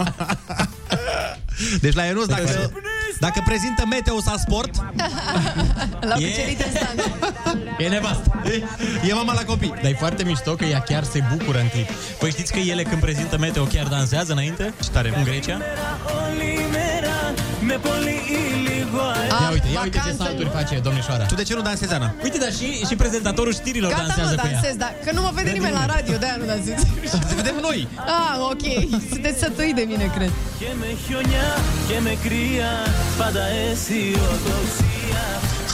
S6: deci la Ionuț, dacă, dacă prezintă Meteo sa sport,
S7: L-au cucerit instant.
S2: E nevastă. E mama la copii. Dar e foarte mișto că ea chiar se bucură în clip. Păi știți că ele când prezintă Meteo chiar dansează înainte? Ce tare. În Grecia? Ia uite, ia uite ce salturi face domnișoara.
S6: tu de ce nu dansezi, Ana?
S2: Uite, dar și, și prezentatorul știrilor
S7: Gata, mă,
S2: dansează cu ea.
S7: dansez, dar că nu mă vede nimeni la radio, de-aia nu dansez.
S2: <laughs>
S6: Să vedem noi.
S7: Ah, ok. Sunteți sătui de mine, cred.
S25: Και με χιονιά και με κρύα Πάντα αισιοδοξία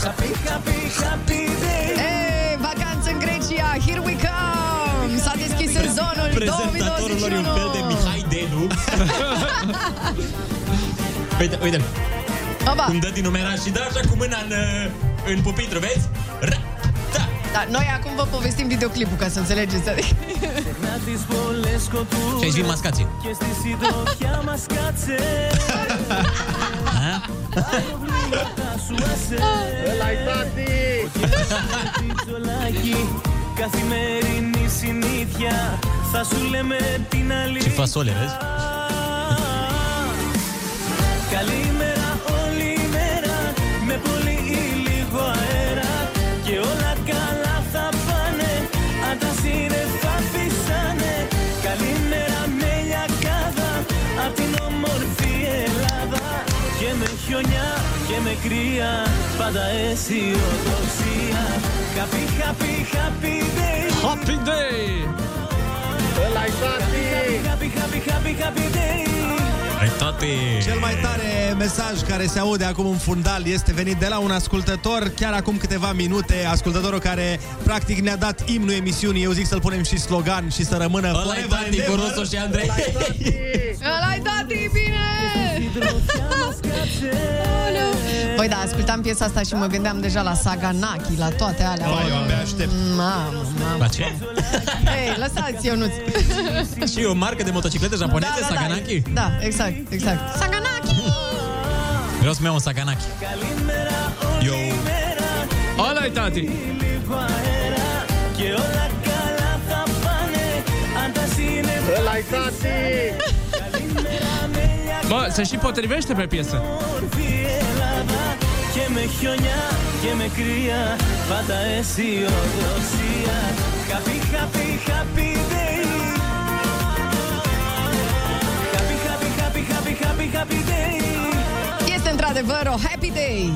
S25: Happy, happy, happy day
S7: Ei, vacanță în Grecia, here we come! S-a deschis sezonul
S2: Prezentatorul lor e
S7: 2021!
S2: un fel de Mihai <laughs> Denu.
S7: <laughs>
S2: uite, uite
S7: Opa.
S2: Cum dă din numerar și dă așa cu mâna în, uh, în pupitru, vezi? Ra-
S7: Da, noi acum vă povestim videoclipul, ca să înțelegeți. Adică...
S25: Να τις πολλές σκοτούρες
S2: Și aici vin mascații.
S25: Και στη συντροφιά μας κάτσε Τα προβλήματά σου άσε
S18: Έλα, η Τάτη.
S25: Ο κύριος Τσιτσολάκη, Καθημερινή συνήθεια Θα σου λέμε την
S2: Și
S25: αλήθεια
S2: fasole, vezi?
S25: Καλημέρα όλη μέρα Με πολύ ή λίγο αέρα Και όλα καλά θα πάνε Αν τα σύννεφα φυσάνε Καλημέρα με λιακάδα Απ' την όμορφη Ελλάδα Και με χιονιά και με κρύα Πάντα αισιοδοξία Happy, happy, happy day
S8: Happy day!
S25: Έλα η Happy, happy, happy, happy day
S2: Ai toate...
S6: Cel mai tare mesaj care se aude acum în fundal este venit de la un ascultător chiar acum câteva minute, ascultătorul care practic ne-a dat imnul emisiunii, eu zic să-l punem și slogan și să rămână
S2: Ăla-i tati cu Rusu și Andrei.
S7: Ăla-i tati, bine! Aoleu. Băi, da, ascultam piesa asta și mă gândeam deja la Saganaki, la toate alea.
S2: Ba, eu abia aștept.
S7: Mamă, mamă.
S2: La ce?
S7: Ei, lăsați, <laughs> eu nu
S2: Da, Și e o marcă de motociclete japoneze,
S7: da,
S2: Saganaki?
S7: Da, da, exact, exact. Saganaki!
S2: Vreau să-mi iau un Saganaki. Eu...
S8: Ala-i tati!
S25: Και όλα καλά θα πάνε Αν τα σύννεφα
S18: Έλα, η Τάτη.
S8: Bă, se și potrivește pe piesă.
S25: Όμορφη Ελλάδα Και με χιονιά και με κρύα Πάντα αισιοδοξία Happy, happy, happy day Happy, happy, happy, happy, happy, happy day
S7: Este într-adevăr o happy day!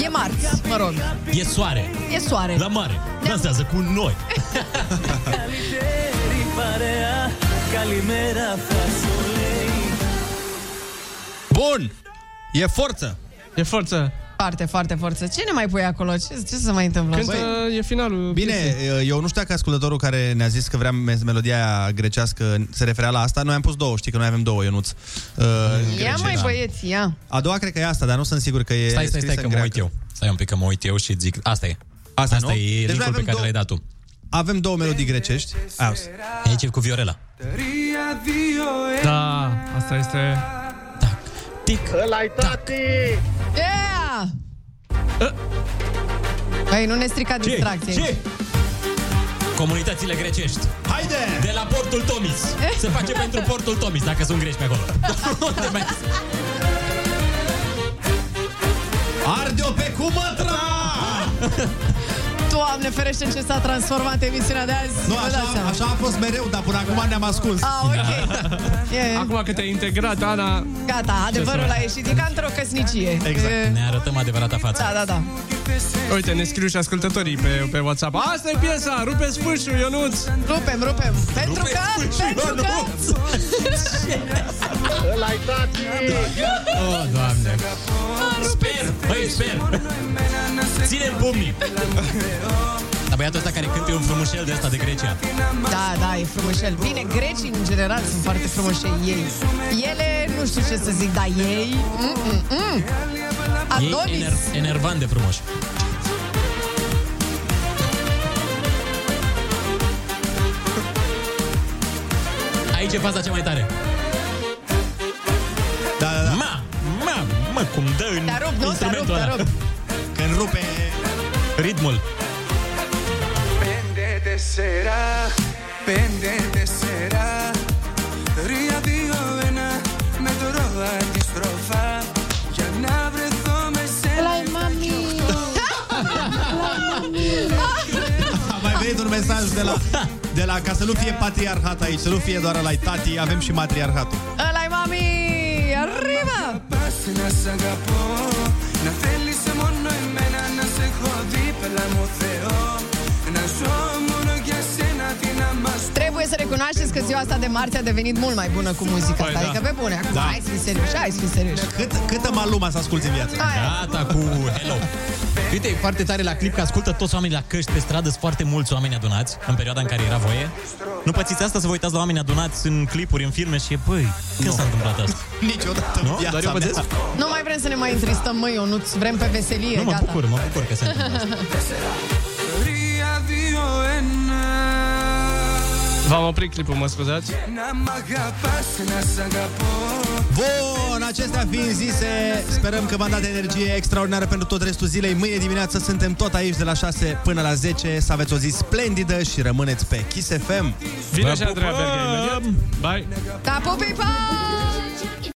S7: E marți, mă rog.
S2: E soare.
S7: E soare.
S2: La mare. Da. Dansează cu noi.
S25: Καλύτερη παρέα Καλημέρα θα σου λέει
S6: Bun! E forță!
S8: E forță.
S7: Foarte, foarte forță. Ce ne mai pui acolo? Ce, ce se mai întâmplă?
S8: Când uh, e finalul
S6: Bine, eu nu știu dacă ascultătorul care ne-a zis că vrea me- melodia aia grecească se referea la asta. Noi am pus două, știi că noi avem două, Ionuț. Uh,
S7: Ia
S6: grece,
S7: mai
S6: da.
S7: băieți, ia.
S6: A doua cred că e asta, dar nu sunt sigur că e
S2: Stai, stai,
S6: scrisă
S2: stai că
S6: în
S2: mă
S6: greacă.
S2: uit eu. Stai un pic că mă uit eu și zic... Asta e.
S6: Asta, nu? Deci noi
S2: e linkul pe
S6: avem
S2: care
S6: două-
S2: l-ai dat tu.
S6: Avem două melodii grecești. Auzi.
S2: E cel cu Viorela.
S8: Da, asta este...
S18: Ăla-i tati.
S7: Yeah! Băi, nu ne strica distracție.
S2: Ce? Comunitățile grecești.
S6: Haide!
S2: De la portul Tomis. Se face pentru portul Tomis, dacă sunt greci pe acolo. Unde mai-
S6: Arde-o pe cumătra!
S7: Doamne ferește în ce s-a transformat emisiunea de azi.
S6: Nu,
S7: Vă dați
S6: așa,
S7: seama.
S6: așa a fost mereu, dar până acum ne-am ascuns.
S7: Ah, ok. E,
S8: Acum că te-ai integrat, Ana...
S7: Gata, adevărul
S8: să-
S7: a ieșit. E ca într-o căsnicie.
S8: Exact.
S7: E,
S8: Ne arătăm adevărata față.
S7: Da, da, da.
S8: Uite, ne scriu și ascultătorii pe, pe WhatsApp. Asta e piesa, rupeți fâșul, Ionuț!
S7: Rupem, rupem. Pentru că, pentru că...
S26: Îl ai tati!
S2: Oh, doamne. Sper, băi, sper. Ținem pumnii. Dar băiatul ăsta care cântă e un frumușel de ăsta de Grecia.
S7: Da, da, e frumușel. Bine, grecii în general sunt foarte frumoși ei. Ele, nu știu ce să zic, dar ei... Mm, mm, mm.
S2: Ei
S7: Adonis.
S2: ener- enervant de frumos. Aici e faza cea mai tare.
S6: Da, da, da.
S2: Ma, ma, mă, cum dă în
S7: Te-a rupt, nu? Te-a rupt,
S2: instrumentul
S7: te-a
S2: ăla.
S7: rupt.
S6: Când rupe
S2: ritmul.
S25: Pendete será, pendete será Τρία δύο ένα με το ρόδα τη στροφά Για να βρεθώ με σένα
S7: Lai mami <laughs> Lai
S6: A mai venit un mesaj de la, de la... Ca să nu fie patriarhat aici, să nu fie doar la tati, avem și matriarhatul.
S7: Lai mami Arriba
S25: πας να σ' αγαπώ Να θέλεις μόνο εμένα να σε έχω δίπλα μου Θεό Να ζω μόνο για σένα τι να μας
S7: Trebuie să recunoașteți că ziua asta de marți a devenit mult mai bună cu muzica asta.
S6: da.
S7: Adică pe bune, acum
S6: Da.
S7: hai să fii serios, hai să fii serios.
S6: Cât, câtă maluma să asculti în viață?
S7: Aia.
S2: Gata cu hello. Uite, e foarte tare la clip că ascultă toți oamenii la căști pe stradă, sunt foarte mulți oameni adunați în perioada în care era voie. Nu pățiți asta să vă uitați la oameni adunați în clipuri, în filme și e, băi, când s-a întâmplat asta?
S6: Niciodată
S2: nu? Doar eu pățesc?
S7: Nu mai vrem să ne mai întristăm, măi, eu nu vrem pe veselie,
S2: Nu, mă
S7: gata.
S2: bucur, mă bucur că se întâmplă asta.
S25: Τρία δύο ένα
S8: V-am oprit clipul, mă scuzați.
S25: Να μ' αγαπάς να σ' αγαπώ
S6: Bun, acestea fiind zise, sperăm că v-am dat energie extraordinară pentru tot restul zilei. Mâine dimineață suntem tot aici de la 6 până la 10. Să aveți o zi splendidă și rămâneți pe Kiss FM.
S8: Vine și Andreea Berghe imediat. Bye!
S7: Da, pupi, pa!